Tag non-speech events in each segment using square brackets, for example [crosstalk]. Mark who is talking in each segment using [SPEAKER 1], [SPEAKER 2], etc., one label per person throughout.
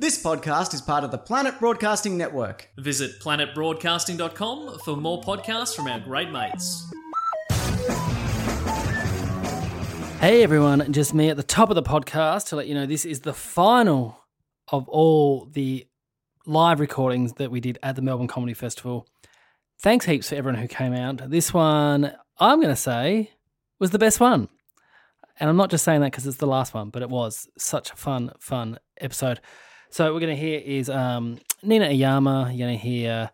[SPEAKER 1] This podcast is part of the Planet Broadcasting Network.
[SPEAKER 2] Visit planetbroadcasting.com for more podcasts from our great mates.
[SPEAKER 3] Hey everyone, just me at the top of the podcast to let you know this is the final of all the live recordings that we did at the Melbourne Comedy Festival. Thanks heaps for everyone who came out. This one, I'm going to say, was the best one. And I'm not just saying that because it's the last one, but it was such a fun, fun episode. So what we're going to hear is um, Nina Ayama. You're going to hear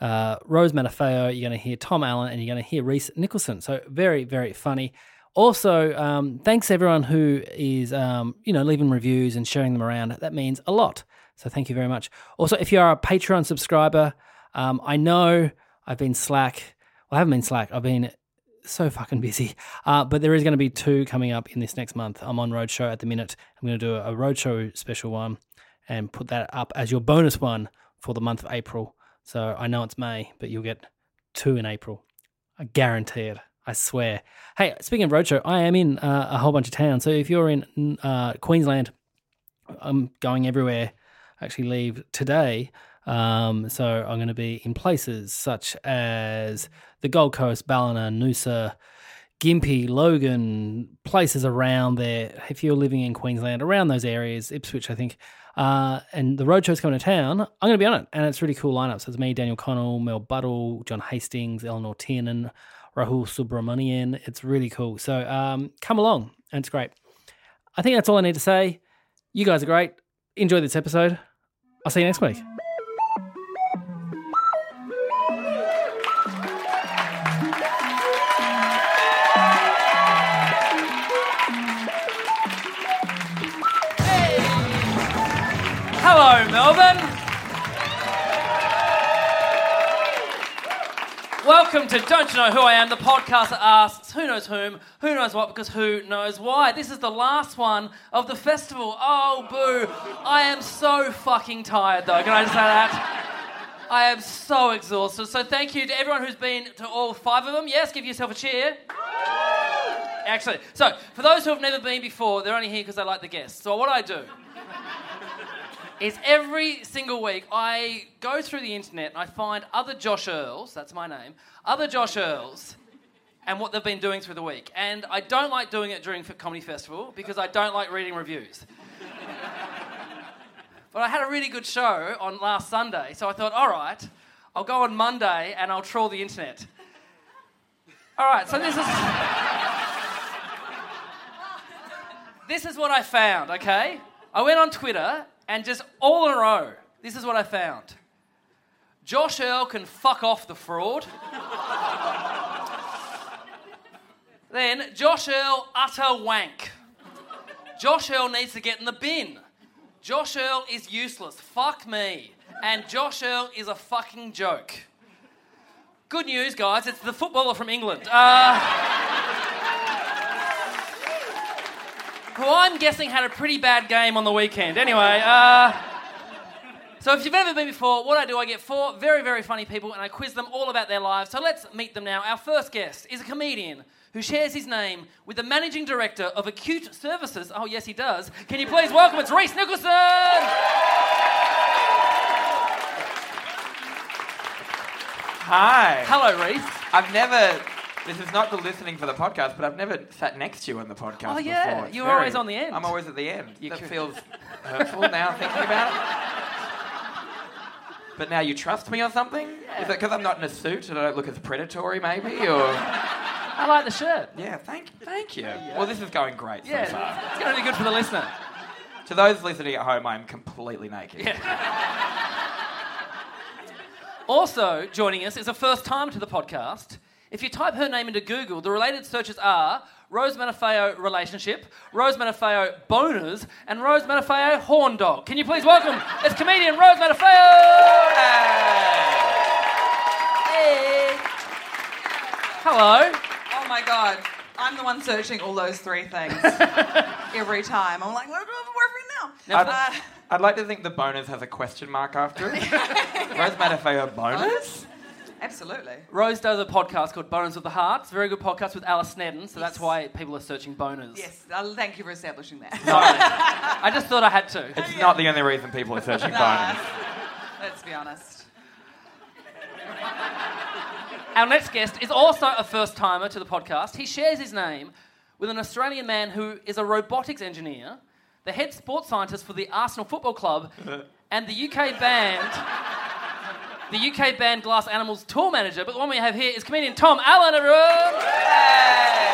[SPEAKER 3] uh, Rose Matafeo. You're going to hear Tom Allen, and you're going to hear Reese Nicholson. So very, very funny. Also, um, thanks everyone who is um, you know leaving reviews and sharing them around. That means a lot. So thank you very much. Also, if you are a Patreon subscriber, um, I know I've been slack. Well, I haven't been slack. I've been so fucking busy. Uh, but there is going to be two coming up in this next month. I'm on roadshow at the minute. I'm going to do a roadshow special one and put that up as your bonus one for the month of April. So I know it's May, but you'll get two in April. I guarantee it. I swear. Hey, speaking of roadshow, I am in uh, a whole bunch of towns. So if you're in uh, Queensland, I'm going everywhere. I actually leave today. Um, so I'm going to be in places such as the Gold Coast, Ballina, Noosa, Gympie, Logan, places around there. If you're living in Queensland, around those areas, Ipswich, I think. Uh, and the roadshow's coming to town. I'm going to be on it, and it's a really cool lineup. So it's me, Daniel Connell, Mel Buttle, John Hastings, Eleanor Tiernan, Rahul Subramanian. It's really cool. So um, come along, and it's great. I think that's all I need to say. You guys are great. Enjoy this episode. I'll see you next week. Hello, Melbourne. Welcome to Don't You Know Who I Am, the podcast that asks who knows whom, who knows what, because who knows why. This is the last one of the festival. Oh, boo. I am so fucking tired, though. Can I just say that? I am so exhausted. So, thank you to everyone who's been to all five of them. Yes, give yourself a cheer. Excellent. So, for those who have never been before, they're only here because they like the guests. So, what I do is every single week I go through the internet and I find other Josh Earls, that's my name, other Josh Earls, and what they've been doing through the week. And I don't like doing it during F- Comedy Festival because I don't like reading reviews. but I had a really good show on last Sunday, so I thought, all right, I'll go on Monday and I'll trawl the internet. All right, so this is. [laughs] this is what I found, okay? I went on Twitter and just all in a row, this is what I found. Josh Earl can fuck off the fraud. then Josh Earl utter wank. Josh Earl needs to get in the bin. Josh Earl is useless. Fuck me. And Josh Earl is a fucking joke. Good news, guys, it's the footballer from England. Uh, who I'm guessing had a pretty bad game on the weekend. Anyway, uh, so if you've ever been before, what I do, I get four very, very funny people and I quiz them all about their lives. So let's meet them now. Our first guest is a comedian who shares his name with the managing director of Acute Services. Oh, yes, he does. Can you please welcome? It's Reese Nicholson.
[SPEAKER 4] Hi.
[SPEAKER 3] Hello, Reese.
[SPEAKER 4] I've never. This is not the listening for the podcast, but I've never sat next to you on the podcast.
[SPEAKER 3] Oh, yeah.
[SPEAKER 4] before. It's
[SPEAKER 3] You were always on the end.
[SPEAKER 4] I'm always at the end. that
[SPEAKER 3] could-
[SPEAKER 4] feels hurtful now thinking about it. But now you trust me or something? Is it because I'm not in a suit and I don't look as predatory, maybe? Or
[SPEAKER 3] I like the shirt.
[SPEAKER 4] yeah, thank thank you. Well, this is going great so far.
[SPEAKER 3] Yeah, it's going to be good for the listener.
[SPEAKER 4] To those listening at home, I'm completely naked.
[SPEAKER 3] Also joining us is a first time to the podcast. If you type her name into Google, the related searches are Rose Manafeo relationship, Rose Manafeo boners, and Rose Manafeo horn dog. Can you please
[SPEAKER 5] [laughs]
[SPEAKER 3] welcome as comedian Rose Manafeo?
[SPEAKER 5] Hey.
[SPEAKER 3] Hello.
[SPEAKER 5] Oh my god. I'm the one searching all those three things
[SPEAKER 6] [laughs]
[SPEAKER 5] every time. I'm like, where are we now? Uh,
[SPEAKER 4] I'd, I'd like to think the bonus has a question mark after
[SPEAKER 3] [laughs]
[SPEAKER 4] it. Rose Matafeo bonus?
[SPEAKER 5] absolutely.
[SPEAKER 3] Rose does a podcast called Boners of the Heart. It's a very good podcast with Alice Sneddon, so that's why people are searching boners.
[SPEAKER 5] Yes. Uh, thank you for establishing that.
[SPEAKER 3] I just thought I had to.
[SPEAKER 4] It's not the only reason people are searching bonus.
[SPEAKER 5] [laughs] Let's be honest.
[SPEAKER 3] Our next guest is also a first timer to the podcast. He shares his name with an Australian man who is a robotics engineer, the head sports scientist for the Arsenal Football [laughs] Club, and the UK band. The UK band Glass Animals tour manager, but the one we have here is comedian Tom Allen, everyone!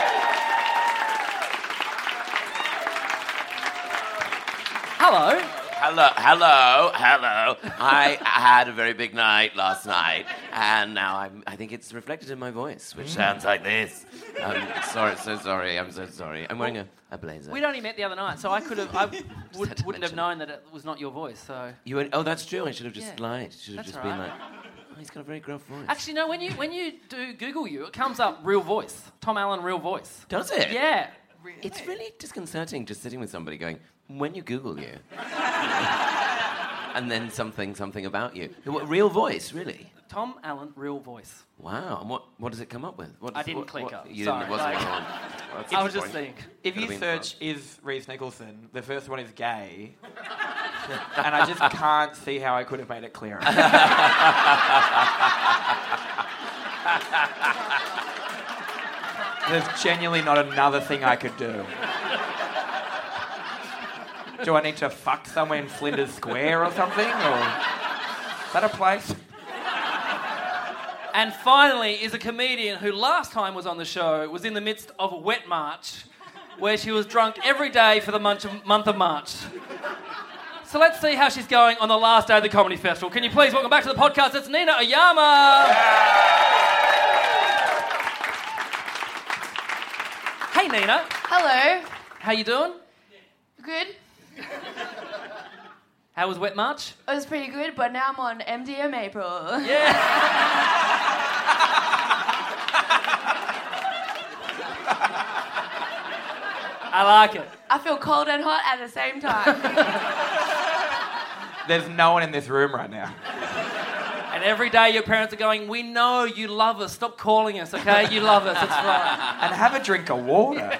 [SPEAKER 3] Hello.
[SPEAKER 6] Hello, hello, hello. I had a very big night last night, and now I'm, I think it's reflected in my voice, which
[SPEAKER 3] Mm.
[SPEAKER 6] sounds like this. I'm sorry, so sorry, I'm so sorry. I'm wearing a, a blazer.
[SPEAKER 3] We'd only met the other night, so I could [laughs] have, I
[SPEAKER 6] had
[SPEAKER 3] would,
[SPEAKER 6] to
[SPEAKER 3] wouldn't have
[SPEAKER 6] mention.
[SPEAKER 3] known that it was not your voice. So
[SPEAKER 6] You went, oh, that's true. I should have just
[SPEAKER 3] Yeah.
[SPEAKER 6] lied. Should have
[SPEAKER 3] That's
[SPEAKER 6] just
[SPEAKER 3] all
[SPEAKER 6] been
[SPEAKER 3] right.
[SPEAKER 6] like, oh, he's got a very gruff voice.
[SPEAKER 3] actually, no. When you when you do Google you, it comes up real voice, Tom Allen, real voice.
[SPEAKER 6] does it?
[SPEAKER 3] Yeah.
[SPEAKER 6] It's really disconcerting just sitting with somebody going, when you Google
[SPEAKER 3] [laughs]
[SPEAKER 6] you, and then something, something about you. What, real voice, really.
[SPEAKER 3] Tom Allen, real voice.
[SPEAKER 6] Wow. And what, what does it come up with? What
[SPEAKER 3] I
[SPEAKER 6] does-
[SPEAKER 3] didn't
[SPEAKER 6] what-
[SPEAKER 3] click
[SPEAKER 6] what-
[SPEAKER 3] up.
[SPEAKER 6] You
[SPEAKER 3] Sorry.
[SPEAKER 6] didn't, it wasn't
[SPEAKER 3] Like- [laughs]
[SPEAKER 6] on. That's
[SPEAKER 3] I was just
[SPEAKER 6] disappointing.
[SPEAKER 3] saying.
[SPEAKER 4] If you
[SPEAKER 6] Gotta be in
[SPEAKER 4] search is Reese Nicholson, the first one is gay. [laughs] and I just can't see how I could have made it clearer. [laughs] There's genuinely not another thing I could do. Do I need to fuck somewhere in Flinders Square or something? Or is that a place?
[SPEAKER 3] And finally, is a comedian who last time was on the show was in the midst of a wet march, where she was drunk every day for the month of, month of March. So let's see how she's going on the last day of the comedy festival. Can you please welcome back to the podcast? It's Nina Ayama. Hey Nina,
[SPEAKER 7] Hello.
[SPEAKER 3] how you doing?
[SPEAKER 7] Good.
[SPEAKER 3] How was wet march?
[SPEAKER 7] It was pretty good, but now I'm on MDMA pro.
[SPEAKER 3] Yeah. I like it.
[SPEAKER 7] I feel cold and hot at the same time.
[SPEAKER 4] There's no one in this room right now.
[SPEAKER 3] And every day your parents are going, We know you love us. Stop calling us, okay? You love us. It's fine.
[SPEAKER 4] And have a drink of water.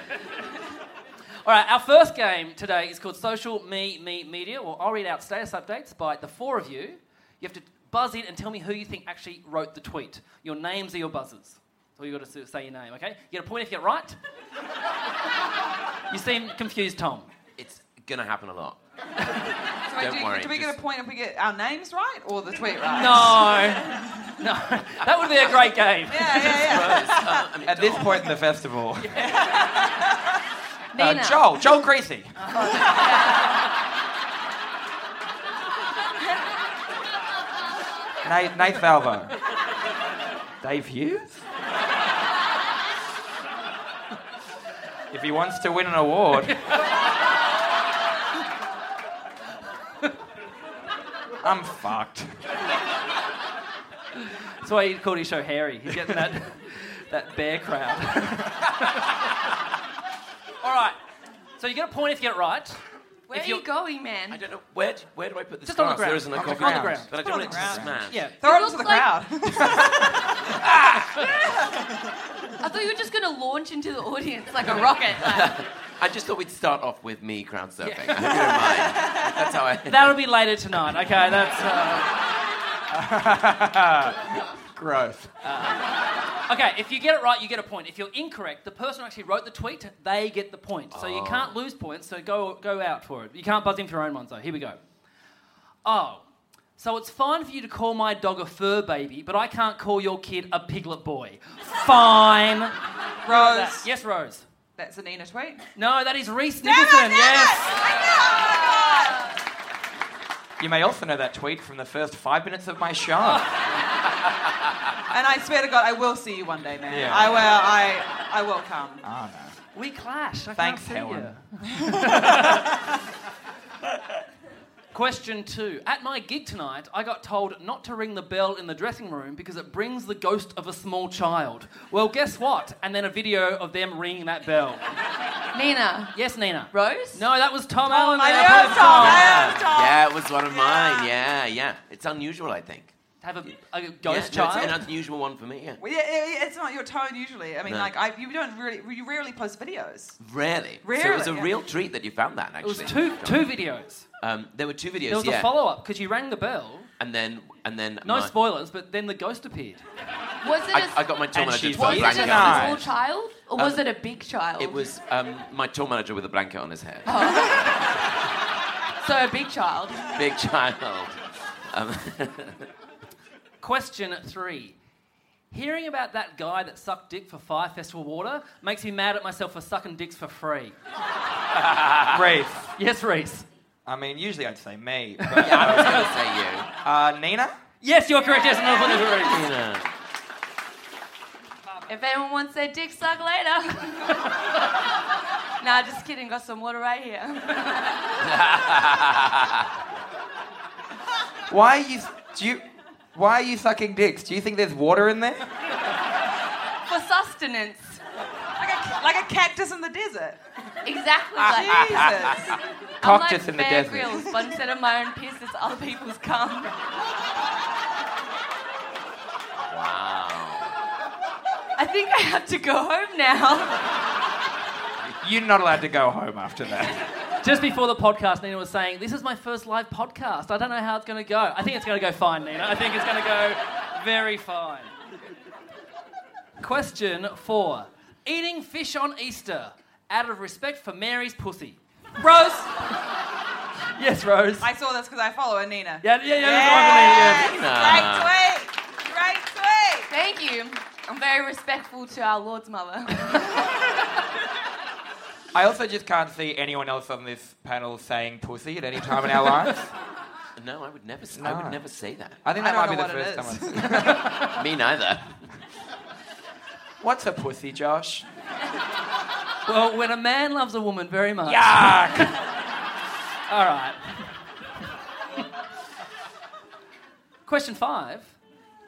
[SPEAKER 3] All right, our first game today is called Social Me Me Media. Well, I'll read out status updates by the four of you. You have to buzz in and tell me who you think actually wrote the tweet. Your names are your buzzers. So you got to say your name, okay? You get a point if you get it right. [laughs] you seem confused, Tom.
[SPEAKER 6] It's gonna happen a lot.
[SPEAKER 5] [laughs] So wait,
[SPEAKER 6] Don't
[SPEAKER 5] do,
[SPEAKER 6] worry,
[SPEAKER 5] do we get
[SPEAKER 6] just-
[SPEAKER 5] a point if we get our names right or the tweet right?
[SPEAKER 3] No, [laughs] no, that would be a great game.
[SPEAKER 5] Yeah, yeah, yeah.
[SPEAKER 4] At this point in the festival, uh,
[SPEAKER 7] Nina.
[SPEAKER 4] Joel, Joel Greasy. Nate, Nate Valvo. Dave Hughes? If he wants to win an award. I'm fucked.
[SPEAKER 3] That's why he called his show Harry. He's getting that [laughs] that bear crowd. [laughs] All right, so you get a point if you get it right.
[SPEAKER 7] [laughs] Where
[SPEAKER 3] If
[SPEAKER 7] are you
[SPEAKER 3] you're-
[SPEAKER 7] going, man?
[SPEAKER 6] I don't know where. Do, where do I put this?
[SPEAKER 3] Just on the
[SPEAKER 6] glass?
[SPEAKER 3] ground.
[SPEAKER 6] There isn't a
[SPEAKER 3] On the
[SPEAKER 6] coffee
[SPEAKER 3] ground.
[SPEAKER 6] But I don't want it to smash.
[SPEAKER 3] Yeah,
[SPEAKER 5] Throw it
[SPEAKER 7] looks
[SPEAKER 5] into the
[SPEAKER 7] like- [laughs]
[SPEAKER 5] crowd.
[SPEAKER 7] I thought you were just gonna launch into the audience
[SPEAKER 3] [laughs]
[SPEAKER 7] like a rocket. Like,
[SPEAKER 6] I just thought we'd start off with me crowd surfing. I hope you don't mind.
[SPEAKER 3] [laughs]
[SPEAKER 6] That's how I.
[SPEAKER 3] that'll be later tonight. Okay, that's uh...
[SPEAKER 4] Gross.
[SPEAKER 3] okay. If you get it right, you get a point. If you're incorrect, the person who actually wrote the tweet, they get the point. So you can't lose points. So go go out for it. You can't buzz in for your own ones though. Here we go. Oh. So it's fine for you to call my dog a fur baby, but I can't call your kid a piglet boy. Fine.
[SPEAKER 5] Rose.
[SPEAKER 3] Yes, Rose.
[SPEAKER 5] That's a Nina tweet.
[SPEAKER 3] No, that is Reese Nicholson. Yes.
[SPEAKER 4] You may also know that tweet from the first five minutes of my show.
[SPEAKER 5] And I swear to God, I will see you one day, man.
[SPEAKER 4] Yeah.
[SPEAKER 5] I will. I, I will come.
[SPEAKER 6] Uh.
[SPEAKER 3] We clashed. I
[SPEAKER 4] Thanks,
[SPEAKER 3] can't see
[SPEAKER 4] Helen.
[SPEAKER 3] you. Question two. At my gig tonight, I got told not to ring the bell in the dressing room because it brings the ghost of a small child. Well, guess what? And then a video of them ringing that bell.
[SPEAKER 7] Nina.
[SPEAKER 3] Yes, Nina.
[SPEAKER 7] Rose?
[SPEAKER 3] No, that was Tom, Allen.
[SPEAKER 5] I
[SPEAKER 3] there.
[SPEAKER 5] know, Tom. I know, Tom.
[SPEAKER 6] Yeah, it was one of mine. Yeah, yeah. It's unusual, I think.
[SPEAKER 3] Have a, a
[SPEAKER 6] Yeah,
[SPEAKER 3] ghost
[SPEAKER 6] no,
[SPEAKER 3] child.
[SPEAKER 6] it's an unusual one for me. Yeah.
[SPEAKER 5] Well, yeah, it- it- it's not your tone usually. I mean,
[SPEAKER 6] No.
[SPEAKER 5] like, I, you don't really, you rarely post videos.
[SPEAKER 6] Rarely. So it was
[SPEAKER 5] Rarely,
[SPEAKER 6] a
[SPEAKER 5] yeah.
[SPEAKER 6] real treat that you found that.
[SPEAKER 3] it
[SPEAKER 6] Actually,
[SPEAKER 3] was two two videos.
[SPEAKER 6] Um, there were two videos.
[SPEAKER 3] There was
[SPEAKER 6] yeah.
[SPEAKER 3] a follow up because you rang the bell.
[SPEAKER 6] And then, and then.
[SPEAKER 3] No
[SPEAKER 6] my-
[SPEAKER 3] spoilers, but then the ghost appeared.
[SPEAKER 7] Was it a
[SPEAKER 6] I, I got my tour
[SPEAKER 4] And
[SPEAKER 6] manager
[SPEAKER 4] she's
[SPEAKER 6] to put a
[SPEAKER 7] was it
[SPEAKER 4] Blank
[SPEAKER 7] just a
[SPEAKER 6] blanket
[SPEAKER 4] eyes.
[SPEAKER 7] small
[SPEAKER 6] on.
[SPEAKER 7] child? Or was it a big child?
[SPEAKER 6] Um, It was um, my tour manager with a blanket on his head.
[SPEAKER 7] Oh. So a big child.
[SPEAKER 6] Big child. Um,
[SPEAKER 3] Question three. Hearing about that guy that sucked dick for Fire Festival water makes me mad at myself for sucking dicks for free.
[SPEAKER 4] Reese.
[SPEAKER 3] Yes, Reese.
[SPEAKER 4] I mean, usually I'd say me. But,
[SPEAKER 6] yeah, I was going to say you.
[SPEAKER 4] [laughs] uh, Nina?
[SPEAKER 3] Yes, you're correct. Yes, another point to Reese.
[SPEAKER 6] You know.
[SPEAKER 7] If anyone wants their dick sucked later. nah, just kidding. Got some water right here.
[SPEAKER 4] Why are you do you why are you sucking dicks? Do you think there's water in there?
[SPEAKER 7] For sustenance.
[SPEAKER 5] Like a, like a cactus in the
[SPEAKER 7] [laughs]
[SPEAKER 5] desert.
[SPEAKER 7] Exactly
[SPEAKER 3] [laughs]
[SPEAKER 7] like that.
[SPEAKER 5] Jesus.
[SPEAKER 7] I'm
[SPEAKER 4] Cock just
[SPEAKER 7] like
[SPEAKER 4] in the
[SPEAKER 7] Bear
[SPEAKER 4] desert.
[SPEAKER 7] Grylls, but instead of my own piss, it's other people's cum.
[SPEAKER 6] Wow.
[SPEAKER 7] I think I have to go home now.
[SPEAKER 4] You're not allowed to go home after that. [laughs]
[SPEAKER 3] Just before the podcast, Nina was saying, This is my first live podcast. I don't know how it's going to go. I think it's going to go fine, Nina. I think it's going to go very fine. Question four Eating fish on Easter out of respect for Mary's pussy.
[SPEAKER 5] Rose,
[SPEAKER 3] Yes, Rose.
[SPEAKER 5] I saw this because I follow her, Nina.
[SPEAKER 3] Yeah, yeah, yeah.
[SPEAKER 5] Yes.
[SPEAKER 3] yeah.
[SPEAKER 5] Great tweet. Great tweet.
[SPEAKER 7] Thank you. I'm very respectful to our Lord's mother.
[SPEAKER 4] I also just can't see anyone else on this panel saying pussy at any time in our lives.
[SPEAKER 6] No, I would never. s I I
[SPEAKER 4] No.
[SPEAKER 6] would never say that.
[SPEAKER 4] I think
[SPEAKER 5] I
[SPEAKER 4] that
[SPEAKER 5] don't
[SPEAKER 4] might be
[SPEAKER 5] know
[SPEAKER 4] the
[SPEAKER 5] what
[SPEAKER 4] first
[SPEAKER 5] it
[SPEAKER 4] time.
[SPEAKER 5] is.
[SPEAKER 4] I've seen-
[SPEAKER 6] Me neither.
[SPEAKER 4] What's a pussy, Josh?
[SPEAKER 3] Well, when a man loves a woman very much.
[SPEAKER 4] Yuck!
[SPEAKER 3] [laughs] All right. [laughs] Question five.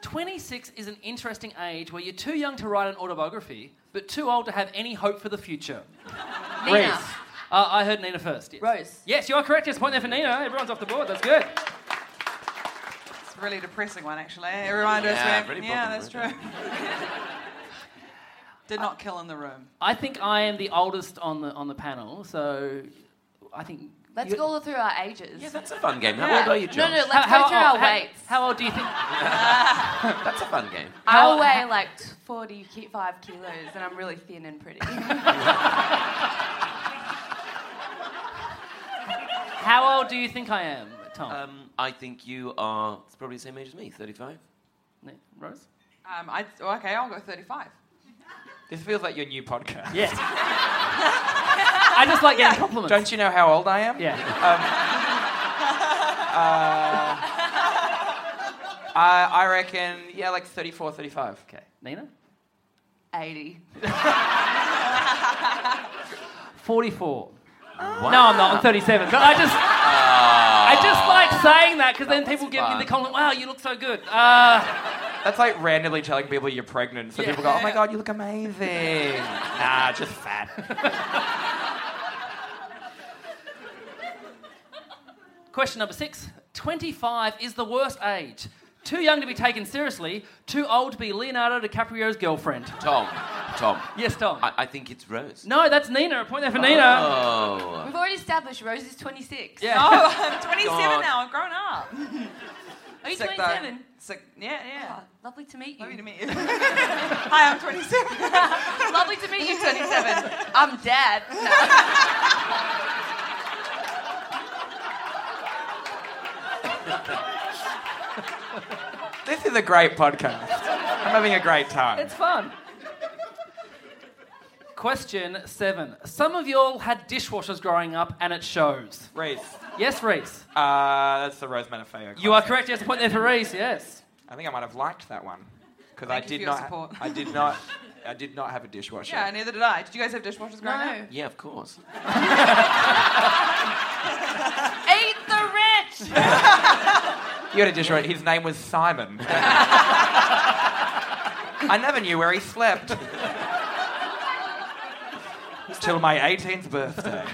[SPEAKER 3] 26 is an interesting age where you're too young to write an autobiography, but too old to have any hope for the future.
[SPEAKER 7] Nina.
[SPEAKER 3] Uh, I heard Nina first. Yes.
[SPEAKER 7] Rose.
[SPEAKER 3] Yes, you are correct. Yes, point there for Nina. Everyone's off the board. That's good.
[SPEAKER 5] [laughs] It's a really depressing one, actually. It reminded us.
[SPEAKER 6] Yeah,
[SPEAKER 5] when-
[SPEAKER 6] really
[SPEAKER 5] yeah,
[SPEAKER 6] bothered,
[SPEAKER 5] that's true. Did not kill in the room.
[SPEAKER 3] I think I am the oldest on the on the panel, so I think.
[SPEAKER 7] Let's
[SPEAKER 3] you-
[SPEAKER 7] go through our ages.
[SPEAKER 6] Yeah, that's a fun game. How old are you,
[SPEAKER 7] no,
[SPEAKER 6] John?
[SPEAKER 7] no, let's
[SPEAKER 3] How,
[SPEAKER 7] go
[SPEAKER 3] how,
[SPEAKER 7] through our
[SPEAKER 3] old, how,
[SPEAKER 7] weights.
[SPEAKER 3] Oh, how old do you think?
[SPEAKER 6] [laughs] That's a fun game.
[SPEAKER 7] I
[SPEAKER 3] how-
[SPEAKER 7] weigh Oh, like 45 kilos and I'm really thin and pretty.
[SPEAKER 5] Um,
[SPEAKER 3] How old do you think I am, Tom?
[SPEAKER 6] Um, I think you are. It's probably the same age as me. Thirty-five.
[SPEAKER 3] Ni- Rose.
[SPEAKER 5] Um, I, oh, okay, I'll go 35.
[SPEAKER 4] This feels like your new podcast.
[SPEAKER 3] Yes. I just like getting compliments.
[SPEAKER 4] Don't you know how old I am?
[SPEAKER 3] Yeah.
[SPEAKER 4] Uh, I reckon, yeah, like 34, 35.
[SPEAKER 3] Okay. Nina?
[SPEAKER 7] 80.
[SPEAKER 3] 44. No, I'm not. I'm 37. But I just, I just like saying that because then
[SPEAKER 6] That
[SPEAKER 3] people
[SPEAKER 6] was
[SPEAKER 3] give me
[SPEAKER 6] fun.
[SPEAKER 3] the comment, wow, you look so good. Uh,
[SPEAKER 4] That's like randomly telling people you're pregnant, so
[SPEAKER 3] Yeah.
[SPEAKER 4] people go, "Oh my god, you look amazing." nah, just fat.
[SPEAKER 3] question number six 25 is the worst age. Too young to be taken seriously, too old to be Leonardo DiCaprio's girlfriend.
[SPEAKER 6] Tom. Tom.
[SPEAKER 3] Yes, Tom.
[SPEAKER 6] I, I think it's Rose.
[SPEAKER 3] no, that's Nina. A point there for Nina.
[SPEAKER 6] Oh.
[SPEAKER 7] We've already established Rose is 26.
[SPEAKER 3] Yeah.
[SPEAKER 5] Oh, I'm 27
[SPEAKER 6] God.
[SPEAKER 5] now. I've grown up.
[SPEAKER 7] Are you
[SPEAKER 5] Sick, though.
[SPEAKER 7] 27?
[SPEAKER 5] Sick. Yeah, yeah.
[SPEAKER 7] Oh, lovely to meet you.
[SPEAKER 5] Lovely to meet you. [laughs] Hi, I'm 27.
[SPEAKER 7] Lovely to
[SPEAKER 5] [laughs]
[SPEAKER 7] meet you, 27. I'm dad.
[SPEAKER 4] This is a great podcast. I'm having a great time.
[SPEAKER 3] It's fun. Question seven. Some of y'all had dishwashers growing up and it shows.
[SPEAKER 4] Reese,
[SPEAKER 3] Yes, Reese.
[SPEAKER 4] uh, that's the Rose Manifeo.
[SPEAKER 3] You are correct. Yes, a point there for Reese. Yes.
[SPEAKER 4] I think I might have liked that one. because I
[SPEAKER 5] Thank you
[SPEAKER 4] did
[SPEAKER 5] for your
[SPEAKER 4] not.
[SPEAKER 5] support.
[SPEAKER 4] I did not. I did not have a dishwasher.
[SPEAKER 5] [laughs] Yeah, neither did I. Did you guys have dishwashers growing up?
[SPEAKER 7] No.
[SPEAKER 6] Yeah, of course.
[SPEAKER 7] Eat the rich!
[SPEAKER 4] You had a dishwasher. His name was
[SPEAKER 5] [laughs]
[SPEAKER 4] Simon. I never knew where he slept. Till my 18th birthday.
[SPEAKER 5] [laughs]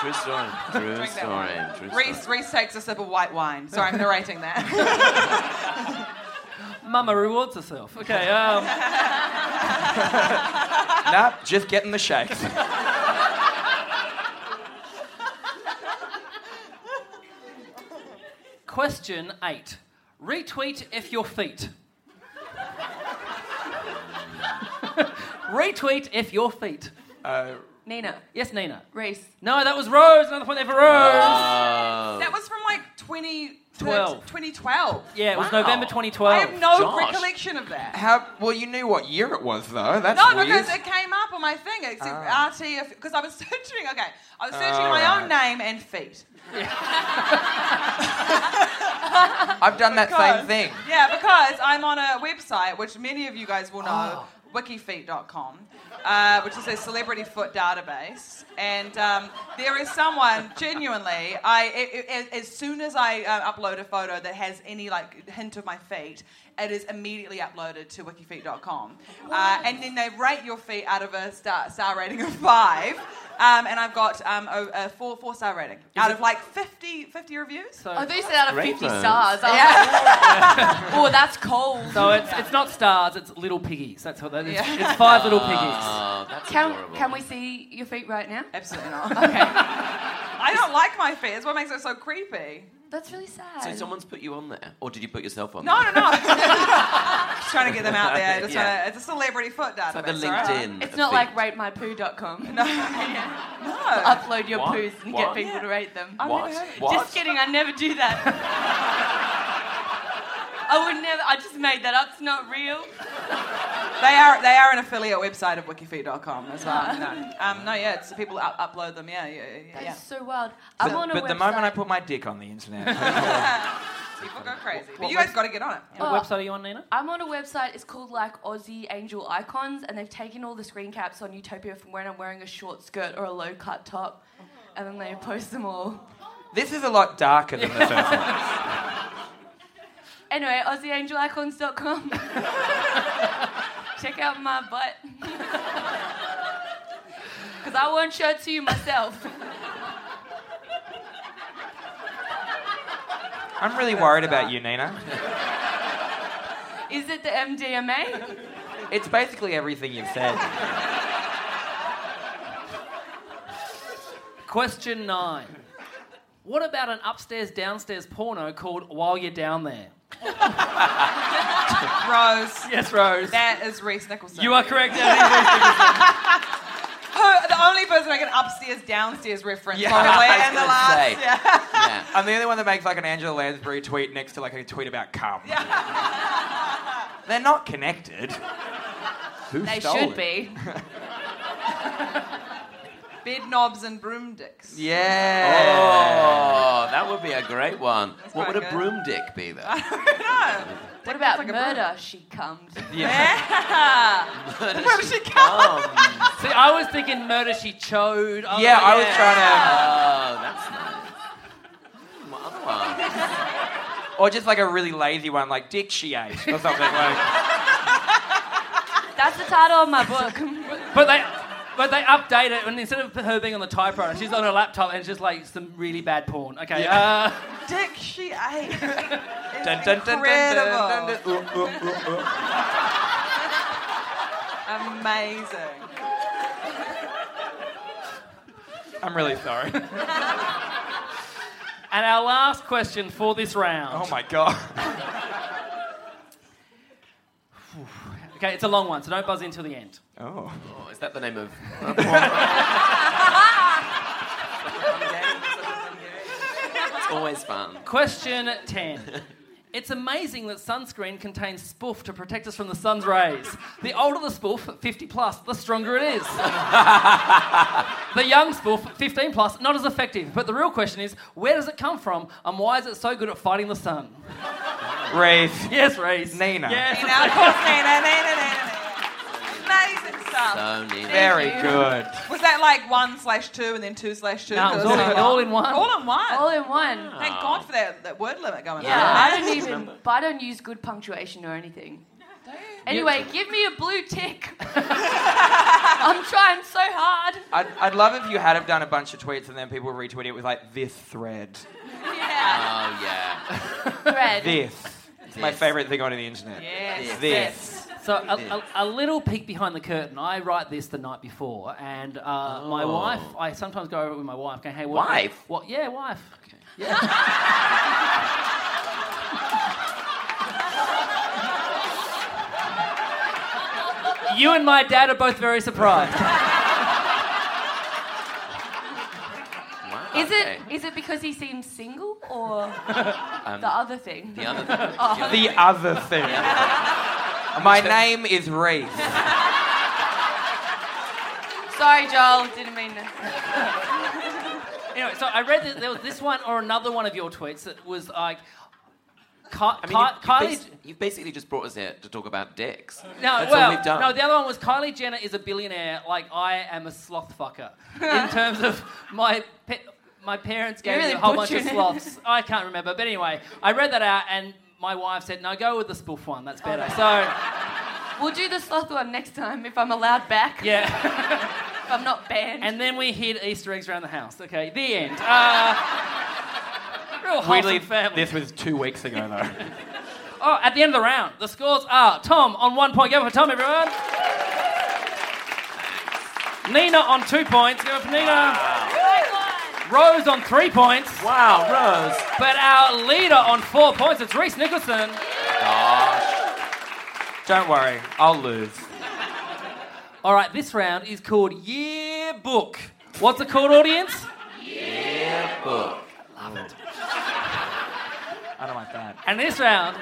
[SPEAKER 6] True
[SPEAKER 7] [laughs]
[SPEAKER 6] story. True
[SPEAKER 5] Drink that
[SPEAKER 6] story.
[SPEAKER 5] one.
[SPEAKER 6] True
[SPEAKER 5] Reese,
[SPEAKER 6] story.
[SPEAKER 5] Reese takes a sip of white wine. [laughs] Sorry, I'm narrating that.
[SPEAKER 3] Mama rewards herself. Okay, um,
[SPEAKER 4] Nah, just getting the shakes.
[SPEAKER 3] question eight. Retweet if your feet. [laughs] Retweet if your feet.
[SPEAKER 7] Uh, Nina.
[SPEAKER 3] Yes, Nina.
[SPEAKER 7] Reese.
[SPEAKER 3] No, that was Rose. Another point there for Rose.
[SPEAKER 6] Oh,
[SPEAKER 5] that was from like 20,
[SPEAKER 3] Twelve.
[SPEAKER 5] 2012.
[SPEAKER 3] Yeah, it was
[SPEAKER 6] Wow.
[SPEAKER 3] November
[SPEAKER 5] I
[SPEAKER 3] 2012.
[SPEAKER 7] Oh,
[SPEAKER 5] have no
[SPEAKER 6] Josh.
[SPEAKER 5] recollection of that.
[SPEAKER 4] How? Well, you knew what year it was, though. That's
[SPEAKER 5] No,
[SPEAKER 4] weird.
[SPEAKER 5] because it came up on my thing. It said RT, because I was [laughs] searching, okay, I was searching my own name and feet.
[SPEAKER 4] I've done that
[SPEAKER 5] Because-
[SPEAKER 4] same thing.
[SPEAKER 5] Yeah, because I'm on a website which many of you guys will know,
[SPEAKER 4] Oh.
[SPEAKER 5] wikifeet.com, uh, which is a celebrity foot database. And um, there is someone, genuinely, I, i- i- as soon as I uh, upload a photo that has any like hint of my feet, it is immediately uploaded to wikifeet.com. Uh, and then they rate your feet out of a star, star rating of five. Um, and I've got um, a, a four, four star rating out of like 50, 50 reviews.
[SPEAKER 7] Oh, they said out of
[SPEAKER 6] Great
[SPEAKER 7] 50
[SPEAKER 6] votes.
[SPEAKER 7] stars. I was like, oh, that's cold.
[SPEAKER 3] So it's, it's not stars, it's little piggies. That's what that is.
[SPEAKER 5] Yeah.
[SPEAKER 3] It's five little piggies.
[SPEAKER 6] oh, that's
[SPEAKER 7] Can,
[SPEAKER 6] adorable.
[SPEAKER 7] can we see your feet right now?
[SPEAKER 5] Absolutely not. Okay. I don't like my feet. That's what makes it so creepy.
[SPEAKER 7] That's really sad.
[SPEAKER 6] So someone's put you on there, or did you put yourself on?
[SPEAKER 5] No,
[SPEAKER 6] there?
[SPEAKER 5] no, no. just trying to get them out there. Just
[SPEAKER 6] Yeah.
[SPEAKER 5] wanna, it's a celebrity foot database.
[SPEAKER 6] It's like the
[SPEAKER 5] all right?
[SPEAKER 6] LinkedIn.
[SPEAKER 7] it's not
[SPEAKER 6] feed.
[SPEAKER 7] like ratemypoo.com.
[SPEAKER 5] No. [laughs] no.
[SPEAKER 7] Upload your
[SPEAKER 6] What?
[SPEAKER 7] poos and
[SPEAKER 6] What?
[SPEAKER 7] get people to rate them.
[SPEAKER 5] I've
[SPEAKER 6] What?
[SPEAKER 5] never heard of it.
[SPEAKER 6] What?
[SPEAKER 7] Just kidding, I never do that. I would never, I just made that up, it's not real.
[SPEAKER 5] They are they are an affiliate website of wikifeet.com as well. No, um, no yeah, it's people up- upload them. Yeah, yeah, yeah.
[SPEAKER 7] That's
[SPEAKER 5] yeah.
[SPEAKER 7] so wild. I'm on a
[SPEAKER 4] But
[SPEAKER 7] website.
[SPEAKER 4] the moment I put my dick on the internet,
[SPEAKER 5] People go crazy.
[SPEAKER 3] what
[SPEAKER 5] But you guys
[SPEAKER 3] webs-
[SPEAKER 5] got to get on it.
[SPEAKER 3] What website are you on, Nina?
[SPEAKER 7] I'm on a website, it's called like Aussie Angel Icons, and they've taken all the screen caps on Utopia from when I'm wearing a short skirt or a low cut top, and then they post them all.
[SPEAKER 4] this is a lot darker than the first one.
[SPEAKER 7] Anyway, [laughs] AussieAngelIcons.com. Check out my butt. Because I won't show it to you myself.
[SPEAKER 4] I'm really worried about you, Nina.
[SPEAKER 7] Is it the MDMA?
[SPEAKER 4] It's basically everything you've said.
[SPEAKER 3] Question nine. What about an upstairs downstairs porno called While You're Down There?
[SPEAKER 5] Rose,
[SPEAKER 3] Yes, Rose.
[SPEAKER 5] that is Reese Nicholson.
[SPEAKER 3] You are correct. That is-
[SPEAKER 5] Who- the only person I can upstairs downstairs reference
[SPEAKER 4] Yeah,
[SPEAKER 5] probably
[SPEAKER 4] I was
[SPEAKER 5] in the
[SPEAKER 6] gonna
[SPEAKER 5] last.
[SPEAKER 6] say.
[SPEAKER 5] Yeah.
[SPEAKER 6] Yeah.
[SPEAKER 4] I'm the only one that makes like an Angela Lansbury tweet next to like a tweet about cum. They're not connected. Who
[SPEAKER 7] They
[SPEAKER 4] stole
[SPEAKER 7] should
[SPEAKER 4] it?
[SPEAKER 7] be.
[SPEAKER 5] Bed knobs and broom dicks. [laughs]
[SPEAKER 4] Yeah.
[SPEAKER 6] Oh, that would be a great one. what
[SPEAKER 5] quite
[SPEAKER 6] would a
[SPEAKER 5] good.
[SPEAKER 6] broom dick be
[SPEAKER 7] [laughs]
[SPEAKER 6] though?
[SPEAKER 7] What about
[SPEAKER 5] like a
[SPEAKER 7] murder? uh, She cummed.
[SPEAKER 5] Where was she going?
[SPEAKER 3] See, I was thinking murder she chode. I was
[SPEAKER 4] Yeah,
[SPEAKER 3] like,
[SPEAKER 4] I was trying
[SPEAKER 6] Oh, that's nice. Hmm, What other one?
[SPEAKER 4] to. Or just like a really lazy one, like dick she ate or something. Like,
[SPEAKER 7] That's the title
[SPEAKER 3] [laughs]
[SPEAKER 7] of my book.
[SPEAKER 3] But they, but they update it, and instead of her being on the typewriter, she's on her laptop, and it's just like some really bad porn. Okay. Uh,
[SPEAKER 5] dick she ate. It's
[SPEAKER 4] dun, dun, dun, dun, dun,
[SPEAKER 5] incredible.
[SPEAKER 4] dun, dun. Ooh, ooh, ooh, ooh.
[SPEAKER 5] Amazing.
[SPEAKER 4] I'm really sorry.
[SPEAKER 3] and our last question for this round.
[SPEAKER 4] Oh my god.
[SPEAKER 7] uh,
[SPEAKER 3] Okay, it's a long one, so don't buzz in till the end.
[SPEAKER 4] Oh.
[SPEAKER 6] Oh, is that
[SPEAKER 4] [laughs]
[SPEAKER 6] the name of? it's always fun.
[SPEAKER 3] Question 10.
[SPEAKER 7] It's amazing that sunscreen contains spoof to protect us from the sun's rays. The older the spoof, 50 plus, the stronger it [laughs] is. the young spoof, 15 plus, not as effective. But the real question is, where does it come from, and why is it so good at fighting the sun?
[SPEAKER 4] Rafe.
[SPEAKER 7] Yes, Reese.
[SPEAKER 4] Nina.
[SPEAKER 7] Yes.
[SPEAKER 3] Now, of course, Nina, Nina, Nina, Nina. Amazing stuff.
[SPEAKER 6] So neat.
[SPEAKER 4] Very
[SPEAKER 3] you.
[SPEAKER 4] good.
[SPEAKER 3] Was that like one slash two and then two slash two?
[SPEAKER 7] No, it was
[SPEAKER 3] Because
[SPEAKER 7] all-
[SPEAKER 3] it's
[SPEAKER 7] [laughs] all in one.
[SPEAKER 3] All in one.
[SPEAKER 5] All in one.
[SPEAKER 3] Thank God for that, that word limit going
[SPEAKER 5] Yeah, I
[SPEAKER 3] on.
[SPEAKER 5] don't even. But I don't use good punctuation or anything. Anyway, give me a blue
[SPEAKER 6] [laughs]
[SPEAKER 5] tick. I'm trying so hard.
[SPEAKER 4] I'd, I'd love if you had have done a bunch of tweets and then people retweeted it with like this thread.
[SPEAKER 5] Yeah.
[SPEAKER 6] Oh, yeah.
[SPEAKER 5] Thread.
[SPEAKER 4] This. It's my
[SPEAKER 6] This.
[SPEAKER 4] favorite thing on the internet.
[SPEAKER 3] Yes,
[SPEAKER 4] This.
[SPEAKER 7] So a, a, a little peek behind the curtain. I write this the night before, and uh, my
[SPEAKER 6] Oh.
[SPEAKER 7] wife. I sometimes go over it with my wife. Going, hey, what,
[SPEAKER 6] Wife?
[SPEAKER 7] What? Yeah, wife.
[SPEAKER 6] [laughs]
[SPEAKER 7] Yeah. you and my dad are both very surprised.
[SPEAKER 6] Wow,
[SPEAKER 5] Is
[SPEAKER 6] okay. Um,
[SPEAKER 5] it is it because he seems single
[SPEAKER 4] [laughs]
[SPEAKER 5] or the other thing? [laughs]
[SPEAKER 6] The other thing.
[SPEAKER 4] The other thing. My name is Reese.
[SPEAKER 5] Sorry, Joel. Didn't mean to.
[SPEAKER 7] anyway, so I read that there was this one or another one of your tweets that was like. Ki-
[SPEAKER 6] I
[SPEAKER 7] Ki-
[SPEAKER 6] mean, you've,
[SPEAKER 7] Kylie,
[SPEAKER 6] you've, basi- you've basically just brought us here to talk about dicks.
[SPEAKER 7] No,
[SPEAKER 6] That's
[SPEAKER 7] well,
[SPEAKER 6] all we've done.
[SPEAKER 7] no. The other one was Kylie Jenner is a billionaire, like I am a sloth fucker. In terms of my pe- my parents gave
[SPEAKER 5] You're
[SPEAKER 7] me a
[SPEAKER 5] really
[SPEAKER 7] whole bunch of
[SPEAKER 5] butchering it.
[SPEAKER 7] sloths. I can't remember, but anyway, I read that out, and my wife said, "No, go with the spoof one. That's better." So
[SPEAKER 5] We'll do the sloth one next time if I'm allowed back.
[SPEAKER 7] yeah,
[SPEAKER 5] [laughs] If I'm not banned.
[SPEAKER 7] and then we hid Easter eggs around the house. Okay, the end. Uh, real wholesome
[SPEAKER 4] Weirdly,
[SPEAKER 7] family.
[SPEAKER 4] this was two weeks ago though.
[SPEAKER 7] Oh, at the end of the round, the scores are Tom on one point. Give it for Tom, everyone. Nina on two points. Give it for Nina. Rose on three points.
[SPEAKER 4] wow, Rose.
[SPEAKER 7] But our leader on four points, it's Reese Nicholson.
[SPEAKER 4] Don't worry, I'll lose.
[SPEAKER 7] All right, this round is called Yearbook. What's it called, audience?
[SPEAKER 6] Book.
[SPEAKER 4] I don't like that.
[SPEAKER 7] And this round,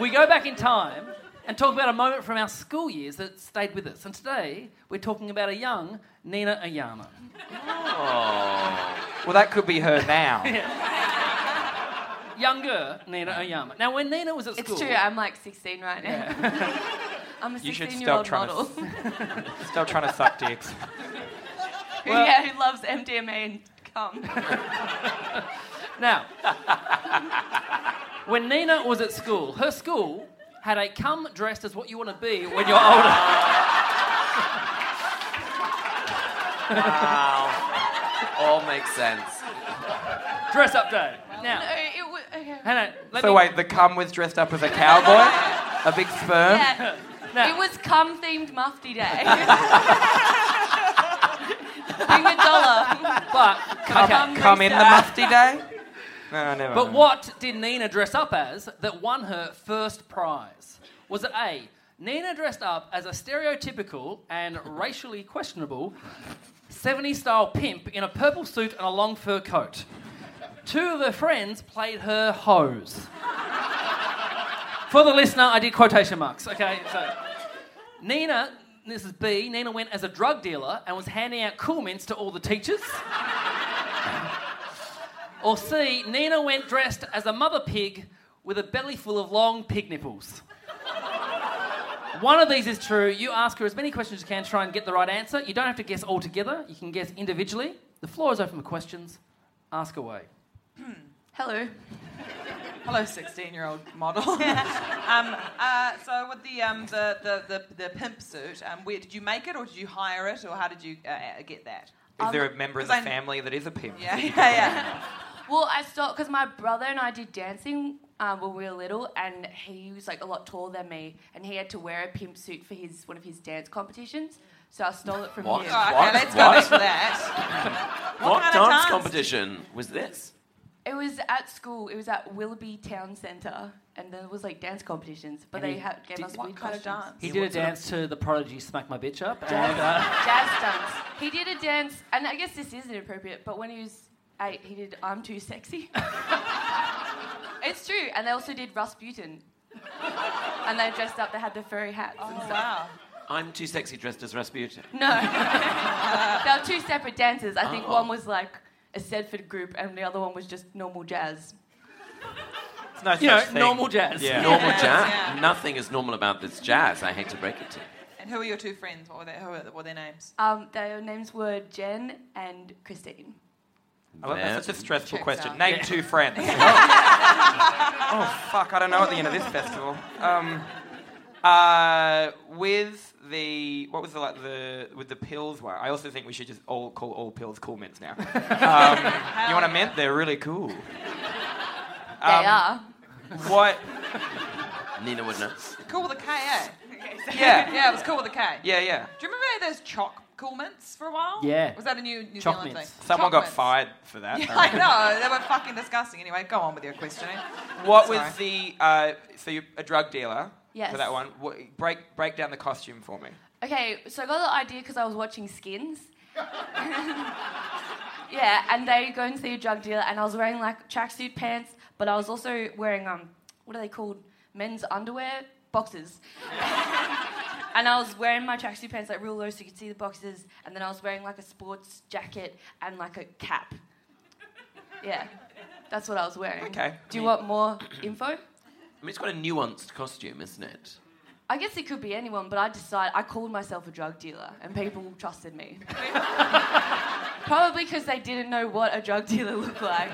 [SPEAKER 7] we go back in time and talk about a moment from our school years that stayed with us. And today, we're talking about a young Nina Ayama.
[SPEAKER 4] Well, that could be her now.
[SPEAKER 7] Younger Nina Ayama. Now, when Nina was at
[SPEAKER 5] it's
[SPEAKER 7] school.
[SPEAKER 5] true. I'm like 16 right now. [laughs] I'm a
[SPEAKER 4] You should
[SPEAKER 5] 16 year old
[SPEAKER 4] stop trying to
[SPEAKER 5] model.
[SPEAKER 4] Still trying to suck dicks.
[SPEAKER 5] Who- yeah, who loves MDMA and cum.
[SPEAKER 7] Now, when Nina was at school, her school had a come dressed as what you want to be when
[SPEAKER 4] [laughs]
[SPEAKER 7] you're older.
[SPEAKER 6] All makes sense.
[SPEAKER 7] Dress up day.
[SPEAKER 5] No,
[SPEAKER 7] Now,
[SPEAKER 5] it w- okay.
[SPEAKER 7] hang on. Let
[SPEAKER 4] So
[SPEAKER 7] me,
[SPEAKER 4] Oh, wait, the cum was dressed up as a cowboy, a big sperm.
[SPEAKER 5] Yeah. It was cum themed mufti day. Bring
[SPEAKER 4] [laughs]
[SPEAKER 5] a dollar.
[SPEAKER 7] But, okay.
[SPEAKER 5] Cum
[SPEAKER 4] Come in the
[SPEAKER 5] research.
[SPEAKER 4] mufti day. No, never.
[SPEAKER 7] but
[SPEAKER 4] mind.
[SPEAKER 7] what did Nina dress up as that won her first prize? Was it A, Nina dressed up as a stereotypical and racially questionable 70s style pimp in a purple suit and a long fur coat? Two of her friends played her hose. For the listener, I did quotation marks. Okay, so Nina, this is B, Nina went as a drug dealer and was handing out cool mints to all the teachers. or C, Nina went dressed as a mother pig with a belly full of long pig nipples. One of these is true. You ask her as many questions as you can, try and get the right answer. You don't have to guess all together, you can guess individually. The floor is open for questions. Ask away.
[SPEAKER 5] Hello.
[SPEAKER 3] Hello, 16 year old model.
[SPEAKER 5] [laughs]
[SPEAKER 3] um, uh, so, with the, um, the, the, the, the pimp suit, um, where did you make it or did you hire it or how did you uh, uh, get that?
[SPEAKER 4] Is there
[SPEAKER 5] Um,
[SPEAKER 4] a member of the
[SPEAKER 3] because I-
[SPEAKER 4] family that is a pimp?
[SPEAKER 5] [laughs]
[SPEAKER 3] Yeah, yeah, yeah.
[SPEAKER 5] Well, I stopped because my brother and I did dancing um, when we were little, and he was like a lot taller than me, and he had to wear a pimp suit for his one of his dance competitions. So I stole it from
[SPEAKER 6] What?
[SPEAKER 5] him.
[SPEAKER 3] Oh, okay,
[SPEAKER 6] What?
[SPEAKER 3] let's go
[SPEAKER 6] What?
[SPEAKER 3] back to that.
[SPEAKER 6] What,
[SPEAKER 3] kind of
[SPEAKER 6] dance
[SPEAKER 3] dance?
[SPEAKER 6] competition was this?
[SPEAKER 5] It was at school. It was at Willoughby Town Centre, and there was like dance competitions, but they had gave us
[SPEAKER 3] What
[SPEAKER 5] weird
[SPEAKER 3] kind of
[SPEAKER 5] costumes.
[SPEAKER 3] dance?
[SPEAKER 7] He did a dance to the Prodigy Smack My Bitch Up.
[SPEAKER 5] Jazz,
[SPEAKER 7] And, uh,
[SPEAKER 5] jazz dance. He did a dance, and I guess this is inappropriate, but when he was eight, he did "I'm Too Sexy,"
[SPEAKER 7] [laughs] It's true. And they also did Rasputin. and they dressed up, they had the furry hats and stuff.
[SPEAKER 5] Wow.
[SPEAKER 6] I'm too sexy dressed as Rasputin.
[SPEAKER 7] No. [laughs] they were two separate dances. I think one was like a Sedford group and the other one was just normal jazz.
[SPEAKER 4] It's no
[SPEAKER 3] You know,
[SPEAKER 4] such thing.
[SPEAKER 3] normal jazz.
[SPEAKER 4] Yeah.
[SPEAKER 6] Normal
[SPEAKER 5] Yeah,
[SPEAKER 6] jazz.
[SPEAKER 5] yeah.
[SPEAKER 6] Nothing is normal about this jazz. I hate to break it to you.
[SPEAKER 5] And who are your two friends? What were their, who were, what were their names?
[SPEAKER 7] Um, their names were Jen and Christine.
[SPEAKER 4] I love- That's such a stressful
[SPEAKER 5] Checks
[SPEAKER 4] question.
[SPEAKER 5] out.
[SPEAKER 4] Name two
[SPEAKER 5] [laughs]
[SPEAKER 4] friends. oh. Oh, fuck! I don't know at the end of this festival. Um, uh, with the what was the like the with the pills one? I also think we should just all call all pills cool mints now. Um, you want a mint? They're really cool. Um,
[SPEAKER 7] They are.
[SPEAKER 4] What?
[SPEAKER 6] Nina would know.
[SPEAKER 5] Cool with a K, eh? [laughs]
[SPEAKER 4] Yeah,
[SPEAKER 5] Yeah, it was cool with a K.
[SPEAKER 4] yeah, yeah.
[SPEAKER 5] Do you remember those chalk cool mints for a while?
[SPEAKER 8] Yeah.
[SPEAKER 5] Was that a new New
[SPEAKER 8] Chalk
[SPEAKER 5] Zealand
[SPEAKER 8] mints.
[SPEAKER 5] thing?
[SPEAKER 4] Someone
[SPEAKER 5] Chalk
[SPEAKER 4] got
[SPEAKER 5] mints.
[SPEAKER 4] fired for that. I
[SPEAKER 5] Yeah,
[SPEAKER 4] reckon.
[SPEAKER 5] [laughs] I know. They were fucking disgusting. Anyway, go on with your questioning.
[SPEAKER 4] What
[SPEAKER 5] Sorry.
[SPEAKER 4] was the uh, so you're a drug dealer
[SPEAKER 7] Yes.
[SPEAKER 4] for that one? What, break break down the costume for me.
[SPEAKER 7] Okay, so I got the idea because I was watching Skins. [laughs] yeah, and they go and see a drug dealer, and I was wearing like tracksuit pants, but I was also wearing um, what are they called? Men's underwear boxes. [laughs] and I was wearing my tracksuit pants like real low so you could see the boxes, and then I was wearing like a sports jacket and like a cap. Yeah, that's what I was wearing.
[SPEAKER 4] Okay.
[SPEAKER 7] Do you want more info?
[SPEAKER 6] I mean, it's quite a nuanced costume, isn't it?
[SPEAKER 7] I guess it could be anyone, but I decided I called myself a drug dealer, and people trusted
[SPEAKER 4] [laughs]
[SPEAKER 7] me. Probably because they didn't know what a drug dealer looked like,